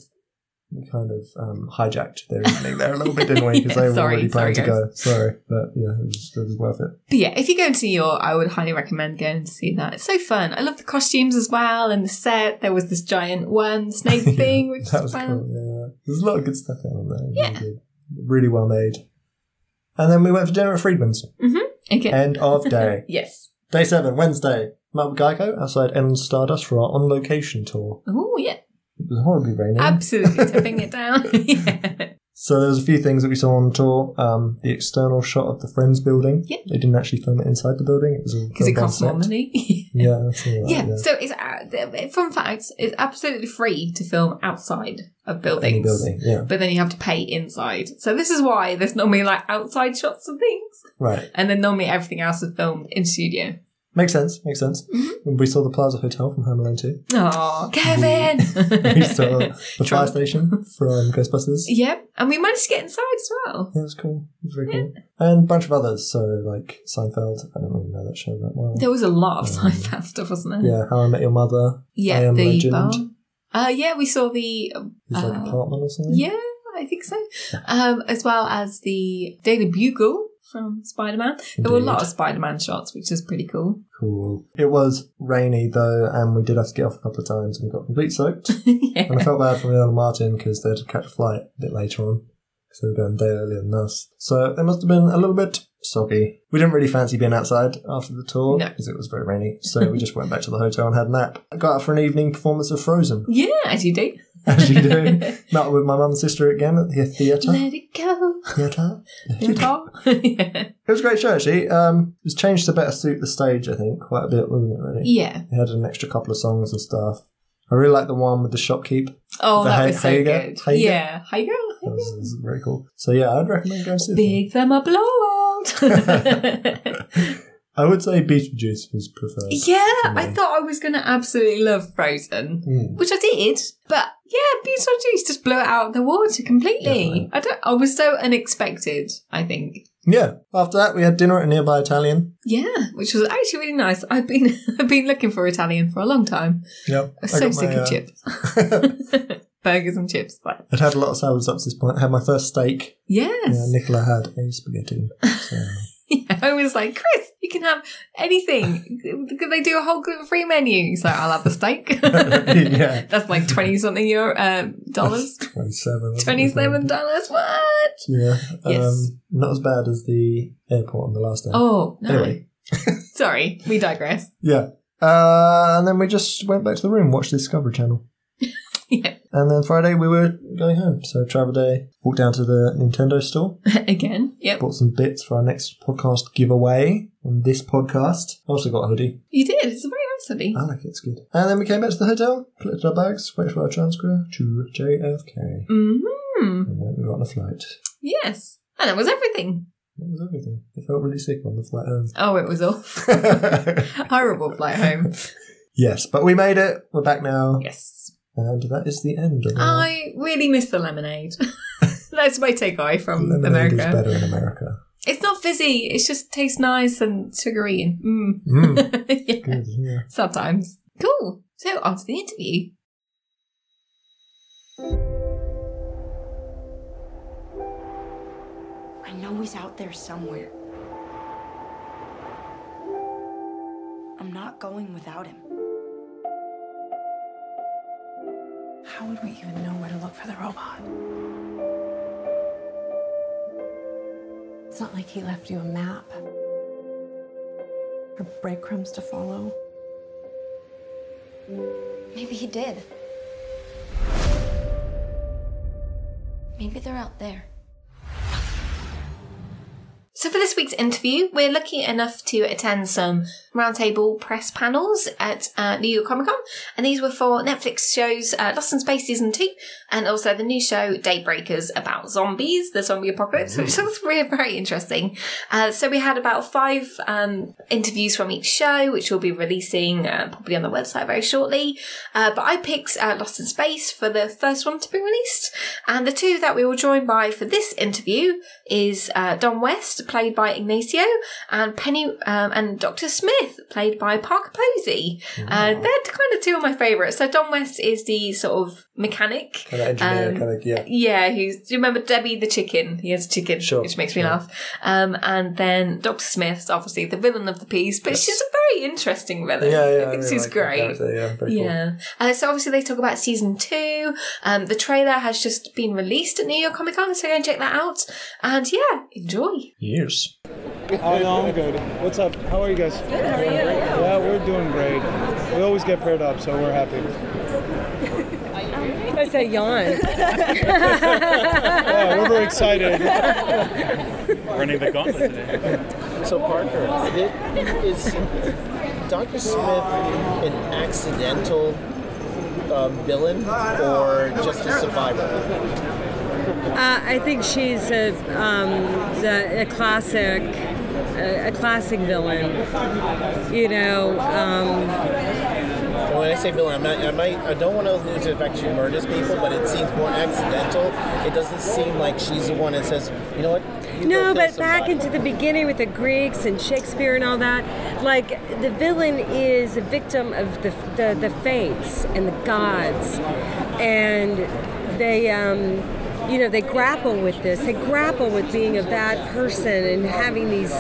C: we kind of um, hijacked their evening there a little bit, didn't we? Because
B: Yeah,
C: they were
B: sorry,
C: already planning
B: sorry,
C: to go. Sorry, but yeah, it was, it was worth it.
B: But yeah, if you go to New York, I would highly recommend going to see that. It's so fun. I love the costumes as well and the set. There was this giant worm snake
C: Yeah,
B: thing, which
C: that
B: was
C: was
B: fun.
C: cool. Yeah, there's a lot of good stuff going on there.
B: Yeah.
C: really, good. really well made. And then we went for dinner at Friedman's.
B: Okay.
C: End of day,
B: yes.
C: day seven, Wednesday. Mount Geico outside Ellen Stardust for our on location tour.
B: Oh yeah.
C: It was horribly raining.
B: Absolutely tipping it down. yeah.
C: So there was a few things that we saw on tour. Um, the external shot of the Friends building.
B: Yeah.
C: They didn't actually film it inside the building. It was all
B: Because it
C: filmed on
B: costs more
C: set.
B: money.
C: Yeah, that's all right,
B: yeah. So it's uh, fun fact. It's absolutely free to film outside of buildings.
C: Any building. Yeah,
B: But then you have to pay inside. So this is why there's normally like outside shots of things.
C: right.
B: And then normally everything else is filmed in studio.
C: Makes sense. Makes sense.
B: Mm-hmm.
C: We saw the Plaza Hotel from Home Alone too.
B: Oh, Kevin!
C: We saw the fire
B: Trump.
C: station from Ghostbusters. Yeah,
B: Yep, and we managed to get inside as well.
C: it was cool. It was very cool. And a bunch of others. So like Seinfeld. I don't really know that show that well.
B: There was a lot of
C: Um,
B: Seinfeld stuff, wasn't there?
C: yeah, How I Met Your Mother.
B: Yeah,
C: I Am
B: the
C: Legend.
B: bar. Uh, yeah, we saw the um,
C: His like
B: Uh,
C: apartment or something.
B: yeah, I think so, um, as well as the Daily Bugle from Spider Man. There were a lot of Spider Man shots, which is pretty cool.
C: Cool. It was rainy though, and we did have to get off a couple of times, and we got complete soaked.
B: yeah,
C: and I felt bad for Leon and Martin because they had to catch a flight a bit later on because they were going a day earlier than us. So they must have been a little bit soggy. We didn't really fancy being outside after the tour
B: No.
C: because it was very rainy. So we just went back to the hotel and had a nap. I got out for an evening performance of Frozen,
B: yeah, as you do.
C: as you do. Met with my mum and sister again at the theatre.
B: Let it go.
C: Theatre.
B: yeah.
C: It was a great show actually. Um, it was changed to better suit the stage, I think, quite a bit, wasn't it? Really.
B: yeah.
C: They had an extra couple of songs and stuff. I really like the one with the shopkeep. That
B: Oh,
C: The
B: that
C: Hi-
B: was so
C: Haiga-
B: good.
C: Haiga?
B: Yeah, Haiga. Haiga.
C: was, was very cool. So yeah, I'd recommend going to see it.
B: Big them a blowout.
C: I would say Beetlejuice was preferred.
B: Yeah,
C: for
B: I
C: me.
B: thought I was going to absolutely love Frozen,
C: Mm.
B: which I did. But yeah, Beetlejuice just blew it out of the water completely.
C: Definitely.
B: I don't. I was so unexpected. I think.
C: Yeah. After that, we had dinner at a nearby Italian.
B: Yeah, which was actually really nice. I've been I've been looking for Italian for a long time.
C: Yep.
B: I was so sick
C: uh,
B: of chips, burgers and chips. But
C: I'd had a lot of salads up to this point. I had my first steak. Yeah,
B: yes,
C: Nicola had a spaghetti. So.
B: Yeah, I was like, Chris, you can have anything. Could they do a whole gluten free menu? So I'll have the steak.
C: Yeah.
B: That's like twenty something euro um, dollars.
C: Twenty-seven. wasn't it?
B: Twenty seven dollars. What?
C: Yeah.
B: Yes.
C: Um, not as bad as the airport on the last day.
B: Oh no.
C: Anyway.
B: Sorry, we digress.
C: Yeah. Uh, and then we just went back to the room, watched the Discovery Channel.
B: Yeah.
C: And then Friday we were going home. So travel day, walked down to the Nintendo store,
B: Again. Yep.
C: bought some bits for our next podcast giveaway on this podcast. Also got a hoodie.
B: You did. It's a very nice hoodie.
C: I like it, it's good. And then we came back to the hotel, collected our bags, waited for our transfer to JFK.
B: hmm
C: And then we got on a flight.
B: Yes. And that was everything.
C: That was everything. I felt really sick on the flight Um,
B: Oh, it was awful.
C: home.
B: Horrible flight home.
C: yes, but we made it. We're back now.
B: Yes.
C: And that is the end. Of our-
B: I really miss the lemonade. That's my takeaway from
C: lemonade is
B: America.
C: better in America.
B: It's not fizzy. It just tastes nice and sugary. And,
C: Mm,
B: mm. yeah.
C: good, yeah.
B: Sometimes. Cool. So on to the interview.
D: I know he's out there somewhere. I'm not going without him.
E: How would we even know where to look for the robot? It's not like he left you a map or breadcrumbs to follow.
D: Maybe he did. Maybe they're out there.
B: So for this week's interview, we're lucky enough to attend some roundtable press panels at uh, New York Comic Con, and these were for Netflix shows uh, Lost in Space season two, and also the new show Daybreakers about zombies, the zombie apocalypse, which looks really very interesting. Uh, so we had about five um, interviews from each show, which we'll be releasing uh, probably on the website very shortly. Uh, but I picked uh, Lost in Space for the first one to be released, and the two that we were joined by for this interview is uh, Don West, played by Ignacio, and Penny um, and Doctor Smith, played by Parker Posey. Uh, they're kind of two of my favourites. So Don West is the sort of mechanic.
C: Kind of engineer,
B: Um,
C: kind of yeah.
B: Yeah, who's do you remember Debbie the chicken? He has a chicken,
C: Sure,
B: which makes me
C: sure.
B: laugh. Um, and then Doctor Smith's obviously the villain of the piece, but she's a very interesting villain.
C: Yeah, yeah.
B: I think
C: really
B: she's
C: like that
B: great.
C: character, Yeah, very cool.
B: Yeah. Uh, so obviously they talk about season two. Um, the trailer has just been released at New York Comic Con, so go and check that out. And yeah, enjoy.
C: Yes.
F: Hi, y'all. Good. What's up? How are you guys? Good. How are you? Yeah, we're doing great. We always get paired up, so we're happy.
G: I say yawn.
F: Yeah, we're very excited.
H: running the gauntlet today.
I: So Parker, it- is Doctor Smith an accidental um, villain or just a survivor?
G: Uh, I think she's a um, the, a classic a, a classic villain. You know, um,
I: And when I say villain, I'm not. I might. I don't want to lose it if actually murders people, but it seems more accidental. It doesn't seem like she's the one that says, you know what? You go
G: no,
I: kill
G: but back
I: somebody."
G: into the beginning with the Greeks and Shakespeare and all that, like the villain is a victim of the the, the fates and the gods, and they. Um, you know, they grapple with this. They grapple with being a bad person and having these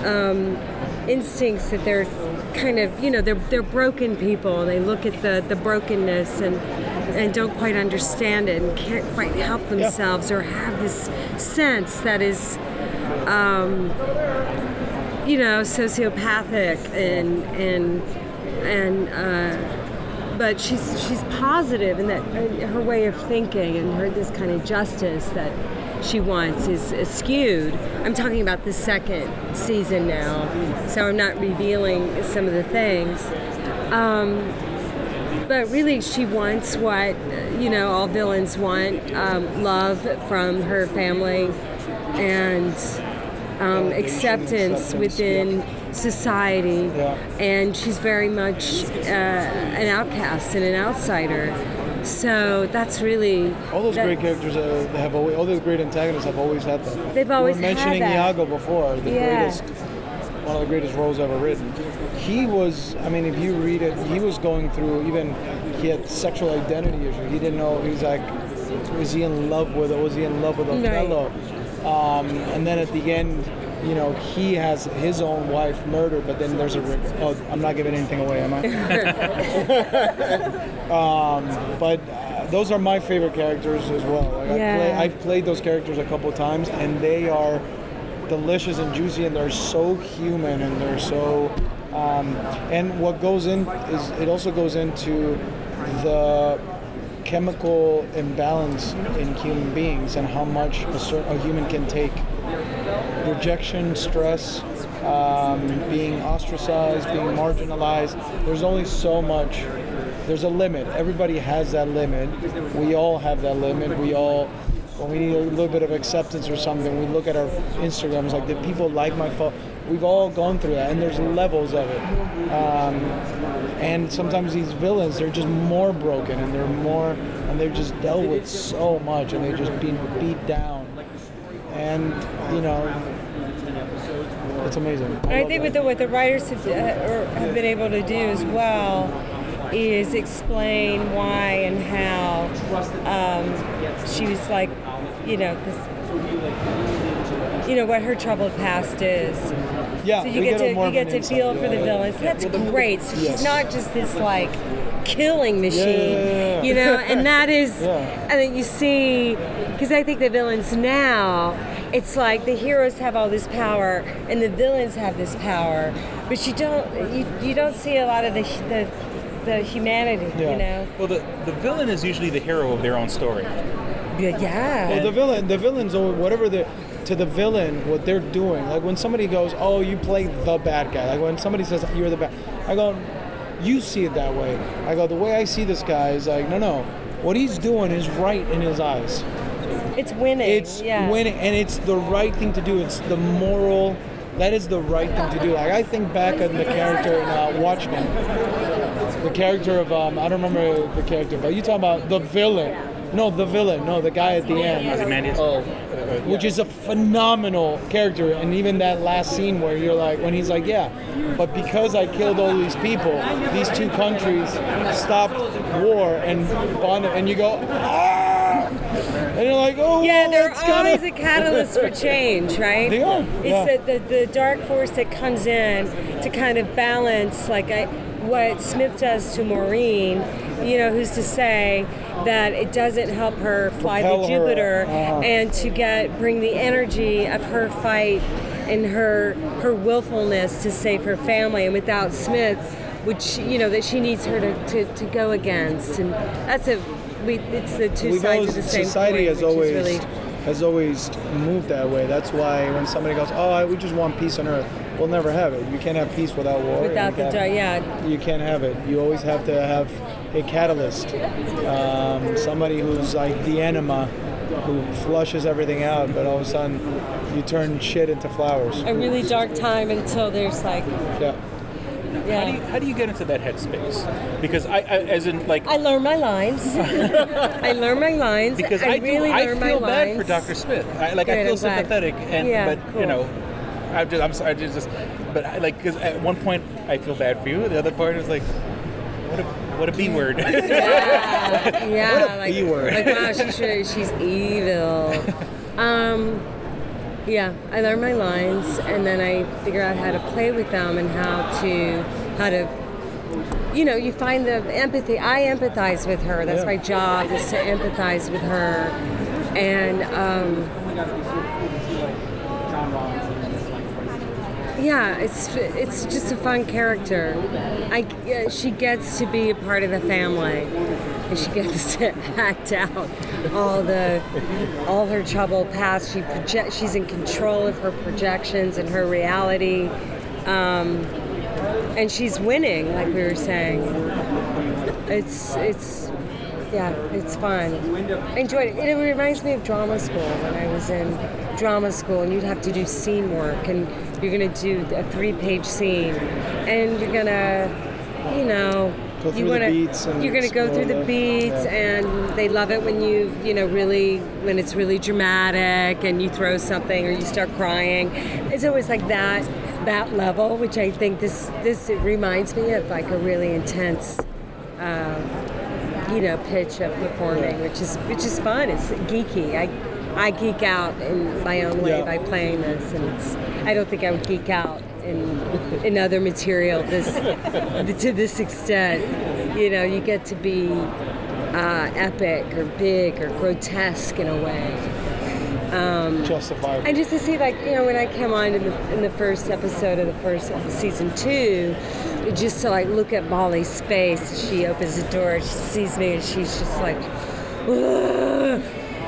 G: um, instincts that they're kind of you know they're they're broken people and they look at the the brokenness and and don't quite understand it and can't quite help themselves or have this sense that is um you know sociopathic and and and uh but she's she's positive in that uh, her way of thinking and her this kind of justice that she wants is, is skewed. I'm talking about the second season now, so I'm not revealing some of the things. Um, but really, she wants what you know all villains want: um, love from her family and um, acceptance within society. And she's very much uh, an outcast and an outsider. So that's really
F: All those
G: that-
F: great characters uh, have always, all those great antagonists have always had that.
G: They've always
F: we
G: had
F: were mentioning
G: that.
F: Iago before, the
G: Yeah.
F: greatest, one of the greatest roles ever written. He was, I mean, if you read it, he was going through even, he had sexual identity issues. He didn't know, he was like, was he in love with, was he in love with
G: Right.
F: Othello? Um, and then at the end, you know, he has his own wife murdered, but then there's a, re- oh, I'm not giving anything away, am I? but uh, those are my favorite characters as well. Like
G: Yeah.
F: I play, I've played those characters a couple times, and they are delicious and juicy, and they're so human, and they're so. Um, and what goes in is it also goes into the chemical imbalance in human beings and how much a, cer- a human can take rejection, stress, um, being ostracized, being marginalized. There's only so much. There's a limit. Everybody has that limit. We all have that limit. We all when we need a little bit of acceptance or something, we look at our Instagrams like, did people like my photo? We've all gone through that, and there's levels of it. Um, and sometimes these villains, they're just more broken, and they're more, and they're just dealt with so much, and they're just being beat down. And you know, it's amazing.
G: And I
F: love
G: think
F: that.
G: with the, what the writers have, uh, or have been able to do as well is explain why and how um, she was like, you know, this, you know what her troubled past is.
F: yeah,
G: So you
F: we
G: get,
F: a
G: to
F: more
G: you
F: of
G: get
F: an
G: to
F: insight.
G: feel for
F: Yeah,
G: the
F: yeah,
G: villains.
F: yeah.
G: That's great. So
F: Yes.
G: she's not just this like killing machine,
F: yeah, yeah.
G: you know. And that is,
F: Yeah.
G: and then you see, because I think the villains now, it's like the heroes have all this power and the villains have this power, but you don't you, you don't see a lot of the the, the humanity,
F: Yeah.
G: you know.
H: Well, the, the villain is usually the hero of their own story.
G: Yeah, yeah.
F: Well, the villain, the villains, or whatever the to the villain, what they're doing. Like when somebody goes, "Oh, you play the bad guy." Like when somebody says, "You're the bad," I go, "You see it that way." I go, "The way I see this guy is like, no, no, what he's doing is right in his eyes.
G: it's winning.
F: It's
G: yeah.
F: winning, and it's the right thing to do. It's the moral." That is the right thing to do. Like I think back on the character in uh, Watchmen, the character of um, I don't remember the character, but you talk about the villain. No, the villain. No, the guy at the end
H: Ozymandias.
I: Oh,
F: which is a phenomenal character. And even that last scene where you're like, when he's like, yeah, but because I killed all these people, these two countries stopped war and bonded. And you go, ah! And you're like, oh,
G: Yeah, they're
F: it's gotta-
G: always a catalyst for change, right?
F: They are,
G: It's
F: yeah.
G: the, the, the dark force that comes in to kind of balance, like I, what Smith does to Maureen. You know, who's to say that it doesn't help her fly
F: Propel
G: to
F: her,
G: Jupiter
F: uh-huh.
G: and to get bring the energy of her fight and her her willfulness to save her family, and without Smith, which you know that she needs her to, to, to go against, and that's a. We, it's the two
F: We've
G: sides
F: always,
G: of the same
F: society
G: coin,
F: has
G: which
F: always
G: is really
F: has always moved that way. That's why when somebody goes, oh, I, we just want peace on earth, we'll never have it. You can't have peace without war. and
G: without
F: you
G: the
F: can't-
G: dark. Yeah,
F: you can't have it. You always have to have a catalyst, um, somebody who's like the enema, who flushes everything out, but all of a sudden you turn shit into flowers.
G: a really dark time until there's like
F: Yeah.
H: How do, you,
G: yeah.
H: how do you get into that headspace? Because I, I as in, like,
G: I learn my lines. I learn my lines.
H: because
G: I,
H: I,
G: really
H: do, I
G: learn
H: feel
G: my
H: bad
G: lines.
H: for Dr. Smith. I, like, I
G: Good,
H: feel
G: I'm glad.
H: sympathetic, and
G: Yeah,
H: but
G: cool.
H: you know, I'm just, I'm sorry, I just, but I, like, because at one point I feel bad for you, the other part is like, what a, what a b word.
F: a
G: Yeah, like,
F: B word.
G: like wow, she should, she's evil. Um, yeah, I learn my lines and then I figure out how to play with them and how to how to you know you find the empathy. I empathize with her. That's
F: Yeah.
G: my job is to empathize with her, and um, yeah, it's it's just a fun character. I yeah, she gets to be a part of the family, and she gets to act out all the all her troubled past. She project. She's in control of her projections and her reality, um, and she's winning, like we were saying. It's it's. Yeah, it's fun. I enjoyed it. It reminds me of drama school when I was in drama school, and you'd have to do scene work, and you're gonna do a three-page scene, and you're gonna, you know,
F: Go through
G: you
F: the
G: wanna,
F: beats and
G: you're gonna go
F: explore
G: through the
F: the-
G: beats,
F: yeah.
G: and they love it when you, you know, really when it's really dramatic, and you throw something or you start crying. It's always like that, that level, which I think this this it reminds me of like a really intense you know pitch of performing, which is which is fun. It's geeky. I I geek out in my own way
F: Yeah.
G: by playing this, and it's I don't think I would geek out in in other material this to this extent. You know, you get to be uh, epic or big or grotesque in a way.
F: Justified.
G: And just to see, like, you know, when I came on in the, in the first episode of the first of season two, just to like look at Molly's face, she opens the door, she sees me, and she's just like, "Ugh."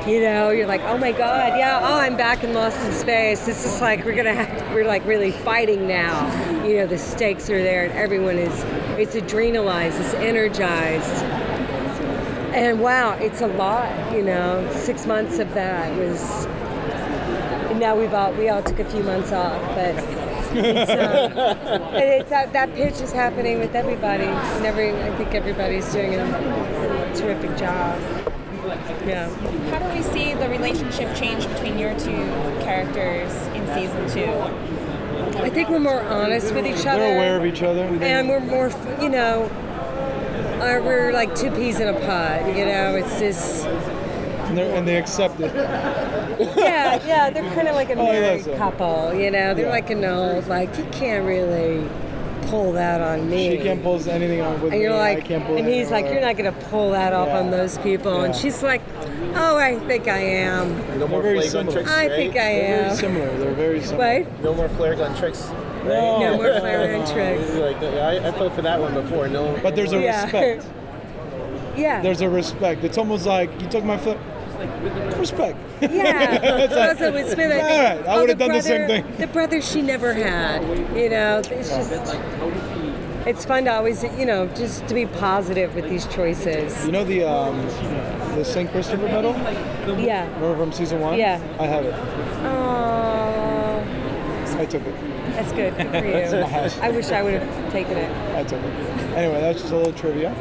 G: you know, you're like, oh my god, yeah, oh, I'm back in Lost in Space. This is like we're gonna have, to, we're like really fighting now. You know, the stakes are there, and everyone is, it's adrenalized, it's energized. And wow, it's a lot, you know. Six months of that was. and Now we've all we all took a few months off, but it's, um, and it's that, that pitch is happening with everybody. And every I think everybody's doing a terrific job. Yeah.
J: How do we see the relationship change between your two characters in season two?
G: I think we're more honest with each other.
F: They're aware of each other.
G: and we're more, you know, uh, we're like two peas in a pod. You know, it's this.
F: And, they're- and they accept it.
G: Yeah, yeah, they're kind of like a
F: Oh, yeah,
G: married
F: so-
G: couple. You know, they're
F: Yeah.
G: like an old, like you can't really pull that on me.
F: She can't pull anything on with
G: and you're
F: me, I
G: like,
F: can't pull
G: and
F: anything
G: he's
F: on
G: like,
F: her.
G: you're not gonna pull that off
F: Yeah.
G: on those people. And
F: Yeah.
G: she's like, oh, I think I am.
I: No more
F: very
I: flare gun
F: similar.
I: tricks.
G: I
I: right?
G: think I
F: They're very
G: am.
F: similar. They're very similar.
G: Wait,
I: No more flare gun tricks. Right?
G: no
F: No,
G: more flare
F: Oh.
G: and
I: It's
G: tricks.
I: Like, I, I fought for that one before. No,
F: But there's a
G: Yeah.
F: respect.
G: Yeah.
F: There's a respect. It's almost like you took my foot. Respect.
G: Yeah,
F: It's like,
G: also with Smith, I think,
F: all right, I
G: oh,
F: would've
G: the
F: done the same
G: brother-
F: thing.
G: The brother she never had, you know. It's just, it's fun to always, you know, just to be positive with these choices.
F: You know the um, the Saint Christopher medal?
G: Yeah.
F: Remember from season one?
G: Yeah.
F: I have it.
G: Oh,
F: I took it.
G: that's good good for you. I wish I would have taken it.
F: I took it. Anyway, that's just a little trivia.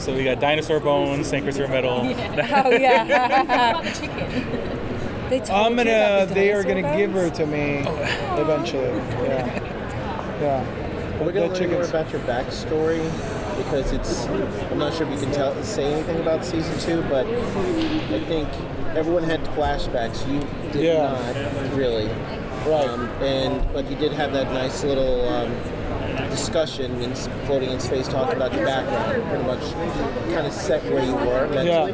H: So we got dinosaur bones, Saint Christopher medal.
G: Oh yeah.
J: About the chicken.
G: they told
F: I'm
G: you about
F: gonna.
G: the
F: They are
G: dinosaur
F: gonna give her
G: bones?
F: to me
G: Oh.
F: eventually. Yeah. Yeah.
I: We're gonna
F: The
I: learn
F: chickens.
I: more about your backstory because it's. I'm not sure if you can tell say anything about season two, but I think everyone had flashbacks. You did
F: Yeah.
I: not really, right? Um, and but you did have that nice little. Um, discussion in s- floating in space talking about your background pretty much kind of set where you were mentally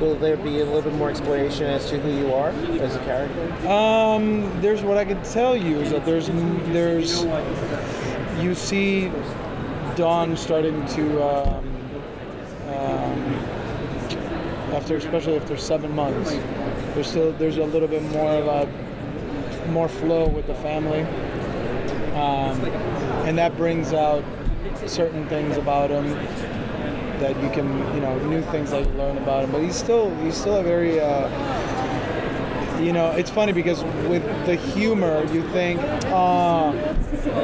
I: will there be a little bit more exploration as to who you are as a character
F: Um, there's what I can tell you is that there's there's you see Dawn starting to um, um, after especially after seven months. There's still there's a little bit more of a more flow with the family, um, and that brings out certain things about him that you can you know new things that you learn about him. But he's still he's still a very uh, you know, it's funny because with the humor, you think, ah,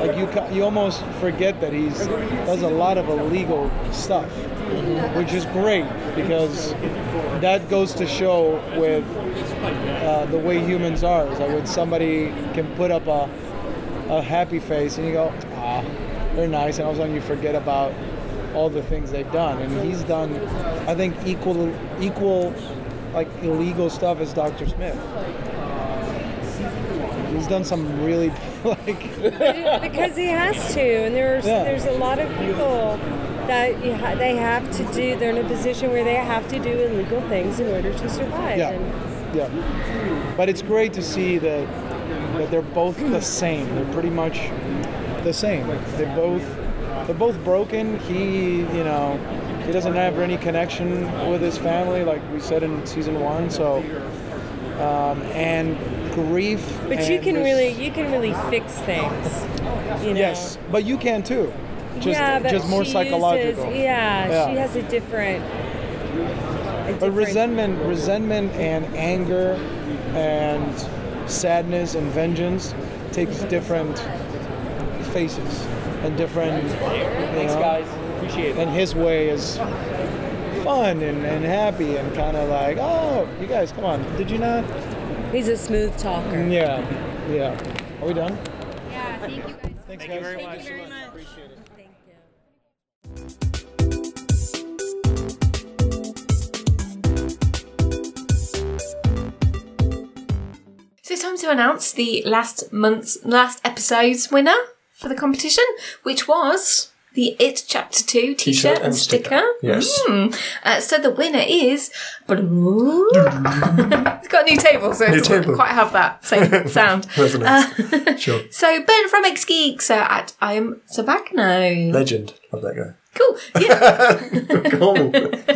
F: like you ca- you almost forget that he's does a lot of illegal stuff, which is great because that goes to show with uh, the way humans are. Is like when somebody can put up a a happy face and you go, ah, they're nice, and all of a sudden you forget about all the things they've done. And he's done, I think, equal equal like illegal stuff as Dr. Smith. He's done some really like
G: because he has to, and there's
F: Yeah.
G: there's a lot of people that you ha- they have to do. They're in a position where they have to do illegal things in order to survive.
F: Yeah.
G: And,
F: Yeah. But it's great to see that that they're both the same. They're pretty much the same. They're both they're both broken. He you know he doesn't have any connection with his family like we said in season one. So um, and grief.
G: But you
F: and
G: can
F: res-
G: really you can really fix things. You know?
F: yes, but you can too. Just
G: yeah, but
F: just more
G: she
F: psychological.
G: Uses, yeah,
F: Yeah.
G: she has a different. a
F: But
G: different-
F: resentment, resentment, and anger, and sadness and vengeance takes different faces and different. Thanks, guys. Appreciate it. And his way is fun and, and happy and kind of like, oh, you guys, come on. Did you not?
G: He's a smooth talker.
F: Yeah, yeah. Are we done?
J: Yeah, thank you guys. Thank
F: Thanks, guys.
J: you very much.
G: Thank you.
B: So it's time to announce the last month's last episode's winner for the competition, which was the It Chapter Two T-shirt, and sticker.
C: Yes.
B: Uh, so the winner is. it's got a new table, so it doesn't
C: table.
B: quite have that same sound.
C: Resonance.
B: Uh,
C: Sure.
B: So Ben from X Geeks uh, at I'm Sabagno.
C: Legend. Love that guy.
B: Cool. Yeah.
C: Cool.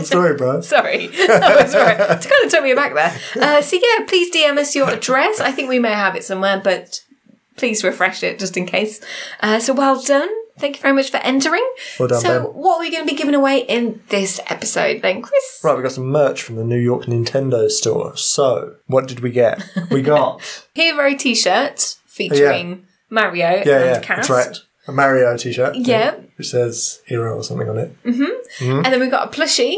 C: Sorry, bro.
B: Sorry. That was right. It kind of took me back there. Uh, so yeah, please DM us your address. I think we may have it somewhere, but please refresh it just in case. Uh, so well done. Thank you very much for entering.
C: Well done,
B: so,
C: Ben.
B: what are we going to be giving away in this episode then, Chris?
C: Right, we got some merch from the New York Nintendo store. So, what did we get? We got
B: Hero t shirt featuring Mario
C: Oh, yeah,
B: and
C: yeah,
B: Cast.
C: that's right, a Mario T-shirt.
B: Yeah.
C: which says hero or something on it.
B: hmm
C: Mhm.
B: And then we got a plushie.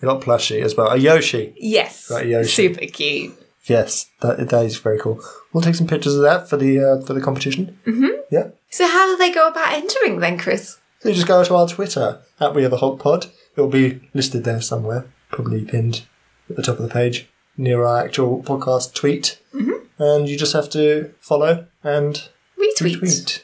C: We got plushie as well, a Yoshi.
B: Yes.
C: Got a Yoshi.
B: Super cute.
C: Yes, that that is very cool. We'll take some pictures of that for the uh, for the competition.
B: hmm
C: Yeah.
B: So, how do they go about entering then, Chris?
C: So you just go to our Twitter at We Are the Hulk Pod. It'll be listed there somewhere, probably pinned at the top of the page near our actual podcast tweet.
B: Mhm.
C: And you just have to follow and
B: Retweet.
C: retweet.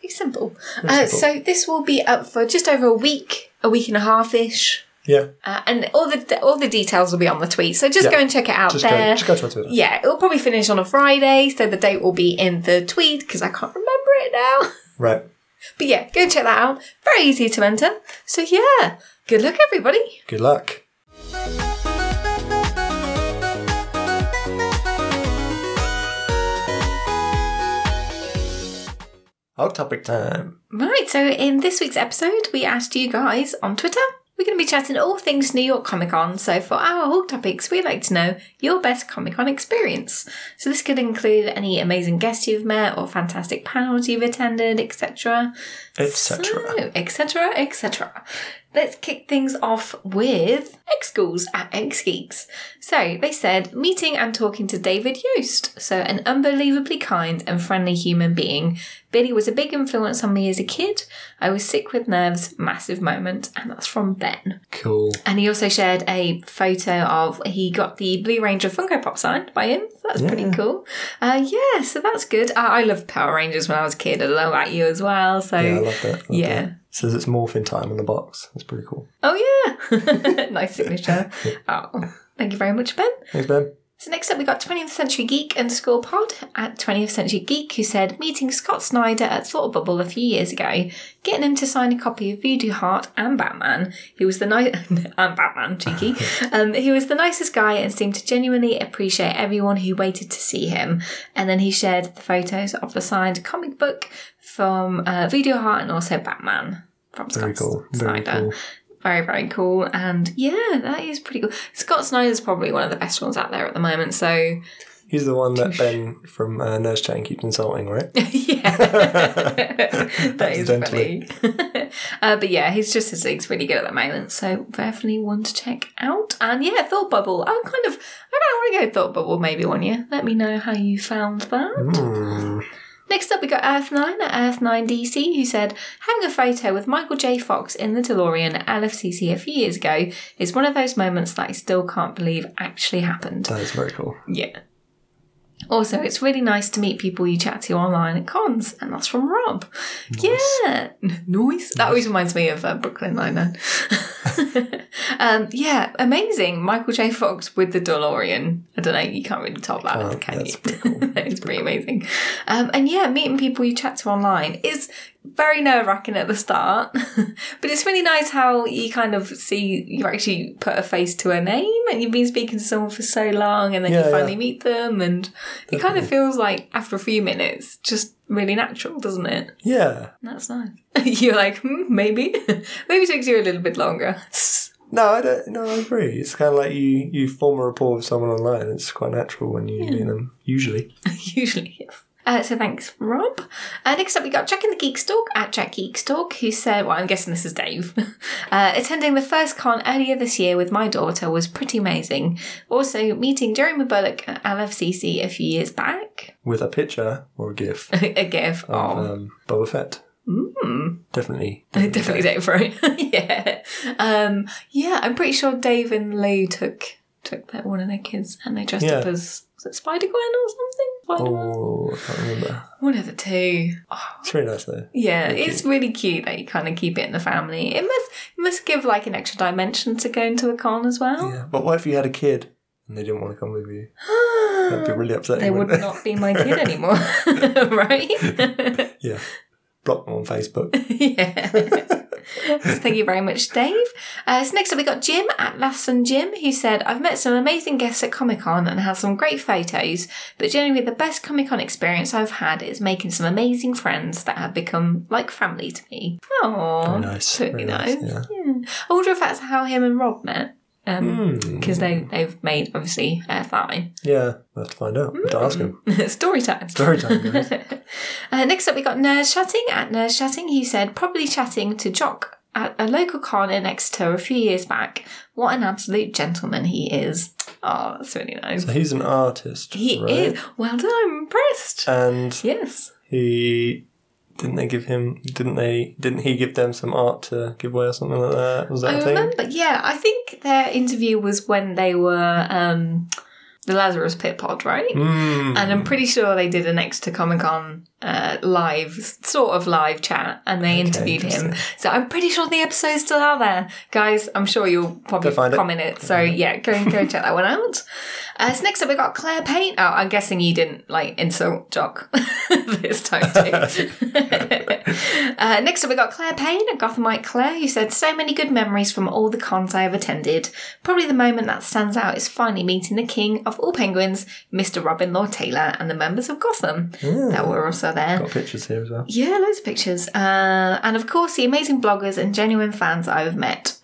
B: Very simple.
C: Very
B: Uh,
C: simple.
B: so, this will be up for just over a week, a week and a half ish.
C: Yeah,
B: Uh, and all the all the details will be on the tweet, so just
C: Yeah.
B: go and check it out
C: just
B: there.
C: go, just go to our Twitter.
B: Yeah, it'll probably finish on a Friday, so the date will be in the tweet because I can't remember it now.
C: Right.
B: But yeah, go check that out. Very easy to enter. So yeah, good luck, everybody.
C: Good luck. Our topic time.
B: Right, so in this week's episode, we asked you guys on Twitter. We're going to be chatting all things New York Comic Con. So for our Hulk topics, we'd like to know your best Comic Con experience. So this could include any amazing guests you've met or fantastic panels you've attended, etc.
C: Etc.
B: So, etc., etc. Let's kick things off with X Schools at X Geeks. So, they said, meeting and talking to David Yost. So, an unbelievably kind and friendly human being. Billy was a big influence on me as a kid. I was sick with nerves, massive moment, and that's from Ben.
C: Cool.
B: And he also shared a photo of he got the Blue Ranger Funko Pop signed by him. So That's pretty
C: Yeah.
B: cool. Uh, yeah, so that's good. I, I loved Power Rangers when I was a kid. I love about you as well. So
C: yeah, I love that. I love
B: yeah.
C: that. Says it's morphin time on the box. That's pretty cool.
B: Oh yeah, nice signature. Oh, thank you very much, Ben.
C: Thanks, Ben.
B: So next up, we got 20th Century Geek underscore pod at 20th Century Geek, who said meeting Scott Snyder at Thought Bubble a few years ago, getting him to sign a copy of Voodoo Heart and Batman. He was the nice and Batman cheeky. um, he was the nicest guy and seemed to genuinely appreciate everyone who waited to see him. And then he shared the photos of the signed comic book from uh, Voodoo Heart and also Batman from Scott
C: Very cool. Very
B: Snyder
C: cool.
B: very very cool and yeah that is pretty cool scott snyder's probably one of the best ones out there at the moment so
C: He's the one that Ben from uh, Nurse Chatting keeps insulting, right?
B: yeah that is funny
C: Accidentally.
B: uh, but yeah he's just his league's really good at the moment so definitely one to check out and yeah thought bubble i'm kind of i don't want to go thought bubble maybe one year let me know how you found that
C: Mm.
B: Next up, we got Earth9 at Earth9DC, who said, Having a photo with Michael J. Fox in the DeLorean at LFCC a few years ago is one of those moments that I still can't believe actually happened.
C: That is very cool.
B: Yeah. Also, it's really nice to meet people you chat to online at cons, and that's from Rob. Yeah, nice. That always reminds me of uh, Brooklyn Nine Nine. um, yeah, amazing. Michael J. Fox with the DeLorean. I don't know. You can't really top that,
C: Can't,
B: can
C: that's
B: you? it's pretty amazing. Um, and yeah, meeting people you chat to online is very nerve wracking at the start, but it's really nice how you kind of see you actually put a face to a name, and you've been speaking to someone for so long, and then you
C: Yeah, yeah.
B: finally meet them, and it kind of feels like after a few minutes, just really natural, doesn't it?
C: Yeah.
B: That's nice. You're like, hmm, maybe, maybe it takes you a little bit longer.
C: No, I don't. No, I agree. It's kind of like you you form a rapport with someone online. It's quite natural when you meet them. Usually,
B: Usually, yes. Uh, so thanks, Rob. Uh, next up, we got Jack in the Geek Stalk at Jack Geek Stalk, who said, "Well, I'm guessing this is Dave." uh, attending the first con earlier this year with my daughter was pretty amazing. Also, meeting Jeremy Bullock at LFCC a few years back.
C: with a picture or a GIF
B: a gif.
C: of
B: Oh,
C: um, Boba Fett.
B: mm.
C: Definitely.
B: Definitely Dave Rowe. yeah. Um, yeah, I'm pretty sure Dave and Lou took took that one of their kids and they dressed
C: Yeah.
B: up as was it Spider Gwen or something? Spider-Man?
C: Oh, I can't remember.
B: One of the two.
C: It's very nice though.
B: Yeah,
C: Very
B: it's really cute that you kind of keep it in the family. It must it must give like an extra dimension to going to a con as well.
C: Yeah. But what if you had a kid and they didn't want to come with you? That'd be really upsetting.
B: They would
C: wouldn't it?
B: not be my kid anymore, right?
C: yeah. Block them on Facebook.
B: yeah. Thank you very much, Dave. Uh, so next up, we got Jim at Last and Jim, who said, "I've met some amazing guests at Comic Con and had some great photos, but generally the best Comic Con experience I've had is making some amazing friends that have become like family to me." Oh,
C: Very nice,
B: Really
C: very
B: nice.
C: nice, yeah.
B: Yeah. I wonder if that's how him and Rob met, because
C: Hmm.
B: they they've made obviously uh, Thigh.
C: Yeah, we'll have to find out. We'll have to ask
B: Hmm.
C: him.
B: Story time.
C: Story time, guys.
B: Uh, next up, we got Nerd Chatting at Nerd Chatting. He said, probably chatting to Jock at a local con in Exeter a few years back. What an absolute gentleman he is. Oh, that's really nice.
C: So he's an artist.
B: he
C: right?
B: is. Well done, I'm impressed.
C: And
B: yes.
C: he didn't they give him didn't they didn't he give them some art to give away or something like that? Was that
B: I
C: a thing?
B: remember, yeah, I think their interview was when they were um, the Lazarus Pit Pod, right?
C: Mm.
B: And I'm pretty sure they did an extra Comic Con uh, live, sort of live chat, and they interviewed him. So I'm pretty sure the episode's still out there. Guys, I'm sure you'll probably
C: Go find it.
B: comment it. So yeah, go and go and check that one out. Uh, so next up, we got Claire Payne. Oh, I'm guessing you didn't like insult Jock this time too. uh, next up, we got Claire Payne, a Gothamite Claire, who said, "So many good memories from all the cons I have attended. Probably the moment that stands out is finally meeting the king of all penguins, Mr. Robin Law Taylor, and the members of Gotham that were also there.
C: Hmm. Got pictures here as well.
B: Yeah, loads of pictures. Uh, and of course, the amazing bloggers and genuine fans I've met.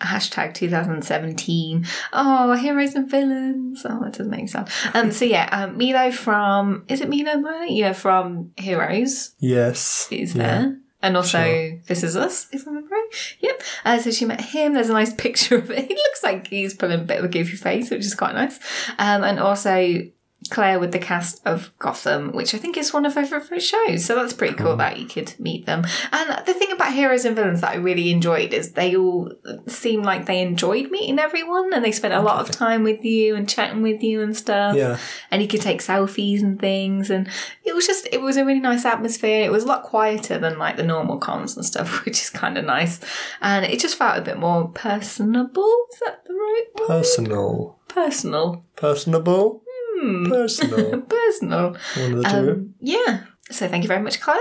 B: Hashtag 2017. Oh, heroes and villains. Oh, that doesn't make sense. Um, so yeah, um, Milo from, is it Milo Murray? Yeah, from Heroes
C: Yes.
B: is
C: Yeah.
B: there. And also, This Is Us, if I remember right. Yep. Uh, so she met him. There's a nice picture of it. He looks like he's pulling a bit of a goofy face, which is quite nice. Um, and also, Claire with the cast of Gotham, which I think is one of her favourite shows. So that's pretty cool, that you could meet them. And the thing about heroes and villains that I really enjoyed is they all seem like they enjoyed meeting everyone and they spent a lot of time with you and chatting with you and stuff
C: Yeah.
B: and you could take selfies and things and it was just it was a really nice atmosphere it was a lot quieter than like the normal cons and stuff which is kind of nice and it just felt a bit more personable is that the right word
C: Personal.
B: personal
C: Personable? Personal.
B: personal
C: One of the two.
B: Hmm. um, yeah so thank you very much claire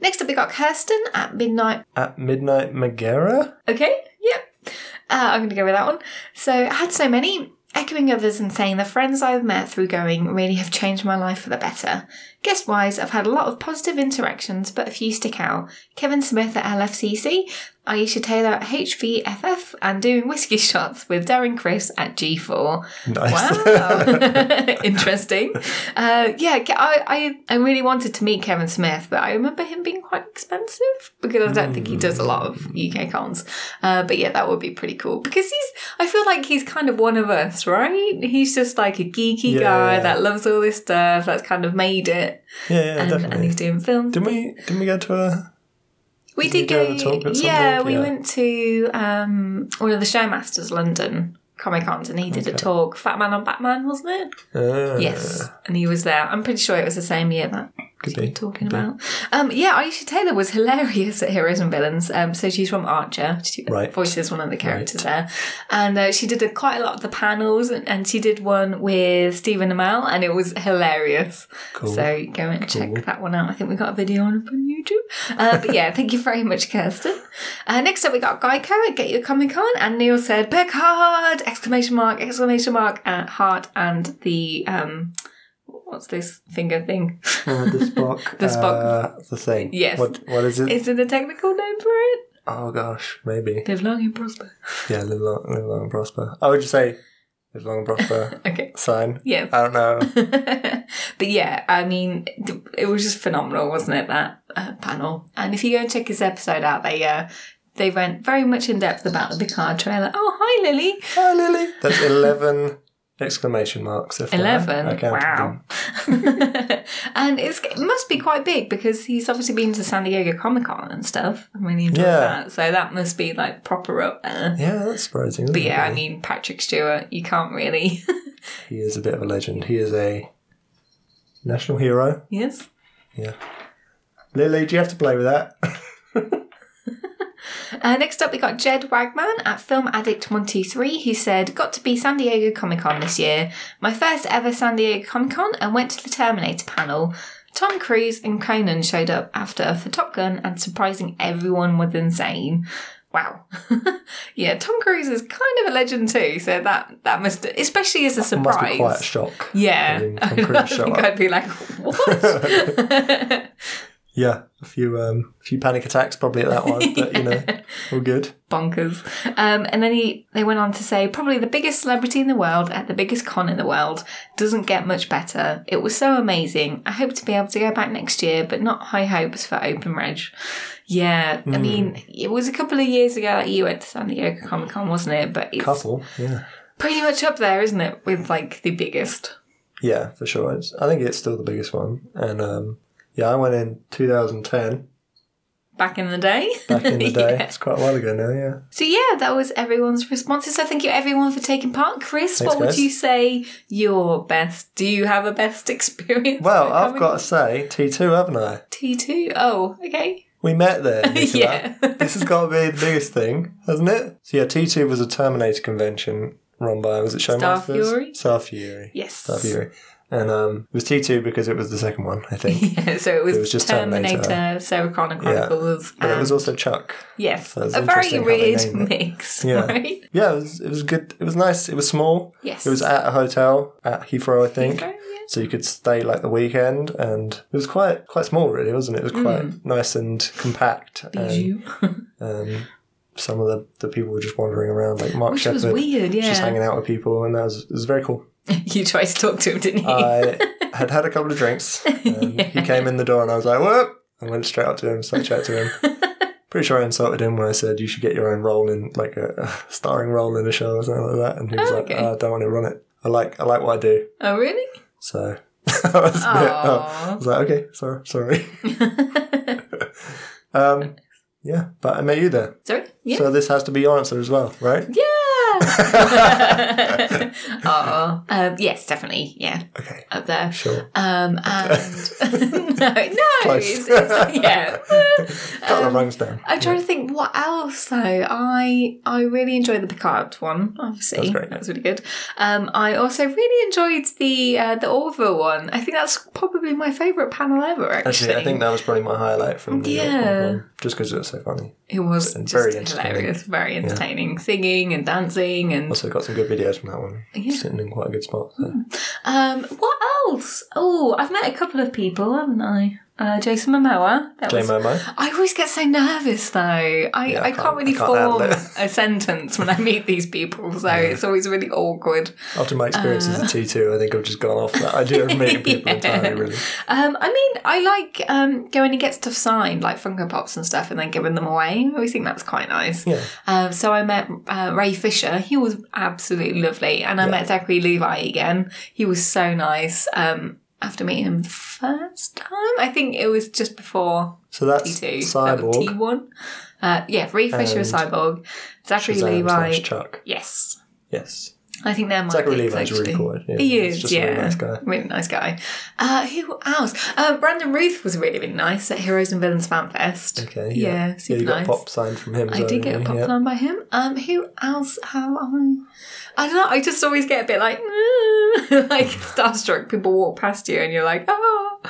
B: next up we got kirsten at midnight
C: At Midnight Megara?
B: Okay, yep. Uh, I'm going to go with that one. So, I had so many. Echoing others and saying the friends I've met through going really have changed my life for the better. Guest wise, I've had a lot of positive interactions, but a few stick out. Kevin Smith at LFCC, Aisha Taylor at HVFF, and doing whiskey shots with Darren Chris at G4.
C: Nice.
B: Wow, interesting. Uh, yeah, Ke- I, I I really wanted to meet Kevin Smith, but I remember him being quite expensive because I don't think he does a lot of
C: Mm.
B: UK cons. Uh, but yeah, that would be pretty cool because he's. I feel like he's kind of one of us, right? He's just like a geeky
C: Yeah.
B: guy that loves all this stuff that's kind of made it,
C: Yeah, yeah,
B: and, and
C: definitely.
B: he's doing film.
C: Didn't we didn't we go to a
B: we
C: did
B: did
C: you
B: go.
C: go to talk at some
B: yeah,
C: point?
B: we
C: Yeah.
B: went to um, one of the Showmasters London Comic Cons, and he did a talk. Fat Man on Batman, wasn't it?
C: uh,
B: Yes, and he was there. I'm pretty sure it was the same year that
C: Could
B: we're
C: be.
B: talking about. Um, yeah, Aisha Taylor was hilarious at Heroes and Villains. Um, so she's from Archer. She
C: Right.
B: voices one of the characters there, and uh, she did a, quite a lot of the panels, and, and she did one with Stephen Amell, and it was hilarious.
C: Cool.
B: So go and
C: Cool.
B: check that one out. I think we got a video on it on YouTube. Uh, but yeah, thank you very much, Kirsten. Uh, next up, we got Geico at Get Your Comic Con, and Neil said, "Pick hard!" Exclamation mark! Exclamation mark! At heart and the um, what's this finger thing?
C: Uh, the Spock.
B: The Spock.
C: Uh, the thing.
B: Yes.
C: What what is it?
B: Is it a technical name for it?
C: oh gosh, maybe.
B: Live long and prosper.
C: Yeah, live long live long and prosper. I would just say live long and prosper.
B: Okay.
C: Sign.
B: Yes.
C: I don't know.
B: but yeah, I mean, it- it was just phenomenal, wasn't it? That uh, panel. And if you go and check his episode out, they uh, they went very much in depth about the Picard trailer. Oh, hi, Lily.
C: Hi Lily. That's eleven exclamation marks. If I- I
B: Eleven.
C: counted
B: Wow.
C: them.
B: and it's, it must be quite big because he's obviously been to San Diego Comic Con and stuff. I really enjoyed
C: Yeah.
B: that. So that must be like proper up there.
C: Yeah, that's surprising. isn't
B: But
C: it,
B: yeah, I
C: really?
B: mean, Patrick Stewart, you can't really.
C: he is a bit of a legend. He is a national hero.
B: yes.
C: Yeah. Lily, do you have to play with that?
B: Uh, next up, we got Jed Wagman at Film Addict One Two Three, who said, "Got to be San Diego Comic Con this year. My first ever San Diego Comic Con, and went to the Terminator panel. Tom Cruise and Conan showed up after for Top Gun, and surprising everyone was insane. wow. yeah, Tom Cruise is kind of a legend too, so that that must especially as a surprise.
C: Must be quite a shock.
B: Yeah.
C: having
B: I
C: Tom Cruise show
B: think
C: up.
B: I'd be like, what?
C: Yeah, a few um, few panic attacks probably at that one, but you know, all good.
B: Bonkers. Um, and then he, they went on to say, probably the biggest celebrity in the world at the biggest con in the world. Doesn't get much better. It was so amazing. I hope to be able to go back next year, but not high hopes for Open Reg. Yeah,
C: Hmm.
B: I mean, it was a couple of years ago that you went to San Diego Comic Con, wasn't it? But it's
C: Couple, yeah,
B: pretty much up there, isn't it? With like the biggest.
C: yeah, for sure. It's, I think it's still the biggest one, and um, yeah, I went in 2010
B: Back in the day.
C: back in the day.
B: Yeah.
C: It's quite a while ago now, yeah.
B: So yeah, that was everyone's responses. So thank you everyone for taking part. Chris,
C: Thanks,
B: what would
C: guys.
B: you say your best? Do you have a best experience?
C: Well, I've got to say, T2, haven't I?
B: T two. Oh, okay.
C: We met there. Nicola.
B: Yeah.
C: this has got to be the biggest thing, hasn't it? So yeah, T2 was a Terminator convention run by was it
B: Star
C: Showmasters?
B: Fury?
C: Star Fury.
B: Yes.
C: Star Fury. And um, it was T2 because it was the second one, I think.
B: Yeah, so it was,
C: It was just
B: Terminator,
C: Terminator.
B: Sarah Connor Chronicles.
C: But it
B: and-
C: was also Chuck.
B: yes,
C: so it was
B: a very
C: interesting how they
B: weird
C: named it.
B: mix,
C: Yeah.
B: right?
C: Yeah, it was, it was good. It was nice. It was small.
B: Yes.
C: It was at a hotel at Heathrow, I think.
B: Heathrow, yeah.
C: So you could stay like the weekend, and it was quite quite small, really, wasn't it? It
B: Mm.
C: was quite nice and compact. And,
B: You.
C: um, some of the, the people were just wandering around, like Mark
B: Which
C: Shepard.
B: was weird, yeah.
C: Just hanging out with people, and that was it was very cool.
B: you tried to talk to him, didn't you?
C: I had had a couple of drinks. Um, He came in the door, and I was like, "Whoop!" and went straight up to him, started chatting to him. Pretty sure I insulted him when I said you should get your own role in like a, a starring role in a show or something like that, and he was like,
B: Okay.
C: "Oh, "I don't want to run it. I like I like what I do."
B: oh, really?
C: So I was, a bit, uh,
B: Aw.
C: I was like, "Okay, sorry, sorry." um, yeah, but I met you there,
B: Sorry. Yeah.
C: so this has to be your answer as well, right?
B: Yeah. oh, um, yes, definitely. Yeah,
C: Okay,
B: up there.
C: sure.
B: Um, and no, no,
C: Close.
B: it's, it's, yeah.
C: Cut
B: Um,
C: the rungs down.
B: I'm trying to think what else though. I I really enjoyed the Picard one. Obviously,
C: That's great.
B: that was really good. Um, I also really enjoyed the uh, the Orville one. I think that's probably my favorite panel ever. Actually,
C: Actually, I think that was probably my highlight from the
B: Yeah.
C: album, just because it was so funny.
B: it was
C: and
B: just
C: very entertaining.
B: hilarious, very entertaining, singing and dancing and
C: Also got some good videos from that one.
B: Yeah.
C: Sitting in quite a good spot. so.
B: Um, what else? Oh, I've met a couple of people, haven't I? Uh, Jason Momoa. That
C: Jay
B: was-
C: Momo.
B: I always get so nervous though. I,
C: Yeah,
B: I,
C: I
B: can't,
C: can't-
B: really
C: I can't handle
B: form
C: it.
B: a sentence when I meet these people, so it's always really awkward.
C: After my experiences
B: Uh.
C: at T2, I think I've just gone off that idea of meeting people entirely, really.
B: Um, I mean, I like um, going and get stuff signed, like Funko Pops and stuff, and then giving them away. I always think that's quite nice.
C: Yeah.
B: Um, so I met uh, Ray Fisher. He was absolutely lovely, and I met Zachary Levi again. He was so nice. Um, after meeting him the first time, I think it was just before
C: So that's
B: T2, T
C: Cyborg.
B: one. Uh, yeah, Ray Fisher was
C: And
B: Cyborg, Zachary
C: Shazam
B: Levi.
C: slash Chuck.
B: Yes,
C: Yes.
B: I think they're my
C: Zachary
B: picks,
C: Levi is
B: actually.
C: really cool. Yeah.
B: He
C: He's
B: is,
C: just a
B: yeah.
C: really nice guy.
B: Really nice guy. Uh, who else? Uh, Brandon Ruth was really, really nice at Heroes and Villains Fan Fest.
C: Okay.
B: yeah,
C: Yeah.
B: super
C: you got
B: nice.
C: a pop signed from him.
B: I did get a pop line by him. Um, who else have I? I don't know. I just always get a bit like, like starstruck. People walk past you and you're like, oh.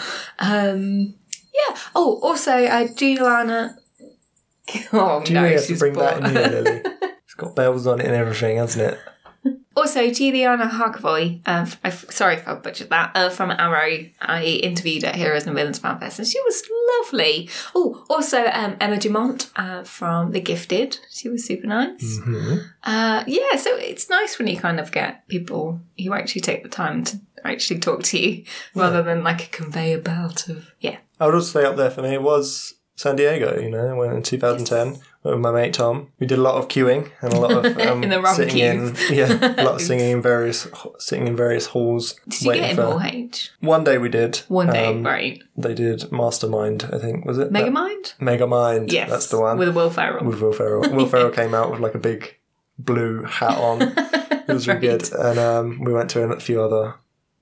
B: Um, yeah. Oh, also, uh, Giuliana. Oh
C: Do you
B: no,
C: really have to
B: she's
C: bring that in
B: bored.
C: here, Lily? It's got bells on it and everything, hasn't it?
B: Also, Juliana Harkavoy, uh, f- I f- sorry if I butchered that, uh, from Arrow, I interviewed at Heroes and Villains Fan Fest, and she was lovely. Oh, also um, Emma Dumont uh, from The Gifted, she was super nice.
C: Hmm.
B: Uh, yeah, so it's nice when you kind of get people who actually take the time to actually talk to you rather than like a conveyor belt of, yeah.
C: I would also say up there for me was San Diego. You know, when in 2010 went with my mate Tom, we did a lot of queuing and a lot of um,
B: In the wrong
C: sitting
B: queues.
C: in, yeah, a lot of singing in various sitting in various halls.
B: Did you get in all H?
C: One day we did.
B: One day,
C: Um,
B: right.
C: They did Mastermind, I think, was it?
B: Megamind?
C: That- Megamind.
B: Yes.
C: that's the one
B: With Will Ferrell.
C: with Will Ferrell. Will Ferrell came out with like a big blue hat on. It was really good. And um, we went to a few other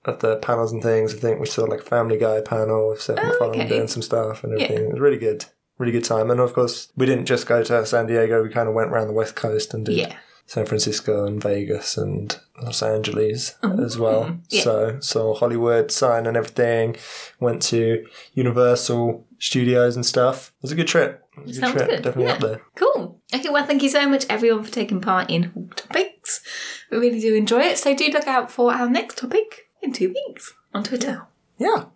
C: of the panels and things. I think we saw like a Family Guy panel with Seth MacFarlane
B: Oh, okay.
C: doing some stuff and
B: Yeah.
C: everything. It was really good. Really good time. And of course, we didn't just go to San Diego. We kind of went around the West Coast and did
B: Yeah.
C: San Francisco and Vegas and Los Angeles as well.
B: Mm-hmm. yeah.
C: So saw Hollywood sign and everything. Went to Universal Studios and stuff. It was a good trip. It was a good
B: Sounds
C: trip.
B: good.
C: Definitely
B: Yeah.
C: up there.
B: Cool. Okay, well, thank you so much, everyone, for taking part in Hall Topics. We really do enjoy it. So do look out for our next topic in two weeks on Twitter.
C: Yeah.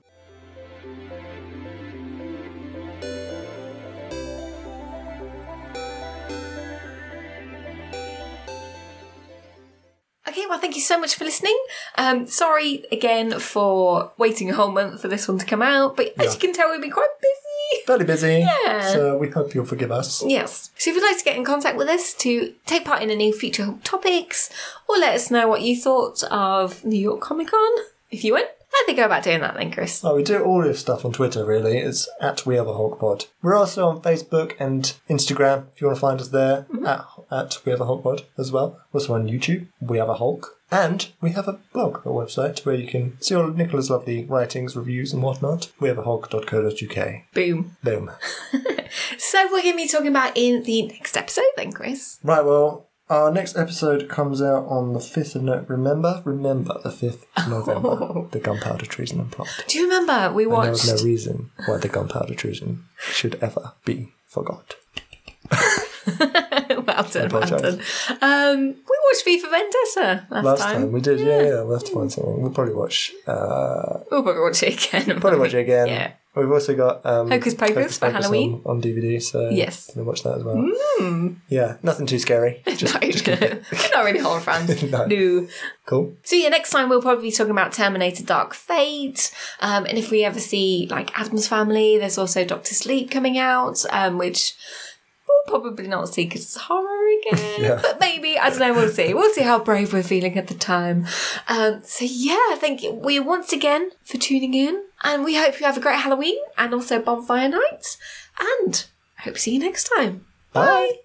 B: Okay, well, thank you so much for listening. Um, sorry again for waiting a whole month for this one to come out, but as
C: Yeah.
B: you can tell, we've been quite busy.
C: Fairly busy.
B: Yeah.
C: So we hope you'll forgive us.
B: Yes. So if you'd like to get in contact with us to take part in any future Hall topics, or let us know what you thought of New York Comic Con, if you went, how'd they go about doing that then, Chris?
C: Oh, we do all this stuff on Twitter, really. It's at We Have a Hulk Pod. We're also on Facebook and Instagram if you want to find us there, at, at We Have a Hulk Pod as well. We're also on YouTube, We Have a Hulk. And we have a blog, a website, where you can see all of Nicola's lovely writings, reviews, and whatnot. We have a hulk.co.uk.
B: Boom.
C: Boom.
B: So what are going to be talking about in the next episode then, Chris?
C: Right, well, our next episode comes out on the 5th of November. Remember? Remember the 5th of November. the gunpowder treason and plot.
B: Do you remember we
C: And there was
B: watched...
C: no reason why the gunpowder treason should ever be forgot.
B: well done, well
C: apologise.
B: done. Um, we watched V for Vendetta last,
C: Last
B: time.
C: time. we did, yeah, yeah, we'll have to find something. We'll probably watch uh
B: We'll probably watch it again.
C: probably watch it again.
B: Yeah.
C: We've also got um
B: Hocus Pocus for
C: on-
B: Halloween.
C: on, DVD, so
B: Yes.
C: can watch that as well. Yeah, nothing too scary. Just,
B: no,
C: just
B: no.
C: keep it
B: We're not really horror fans.
C: No.
B: no.
C: cool.
B: So yeah, next time we'll probably be talking about Terminator Dark Fate. Um, and if we ever see like Adam's Family, there's also Doctor Sleep coming out, um, which we'll probably not see because it's horror again.
C: Yeah.
B: But maybe, I don't know, we'll see. We'll see how brave we're feeling at the time. Um, so yeah, thank you we once again for tuning in. And we hope you have a great Halloween and also Bonfire Night. And hope to see you next time.
C: Bye.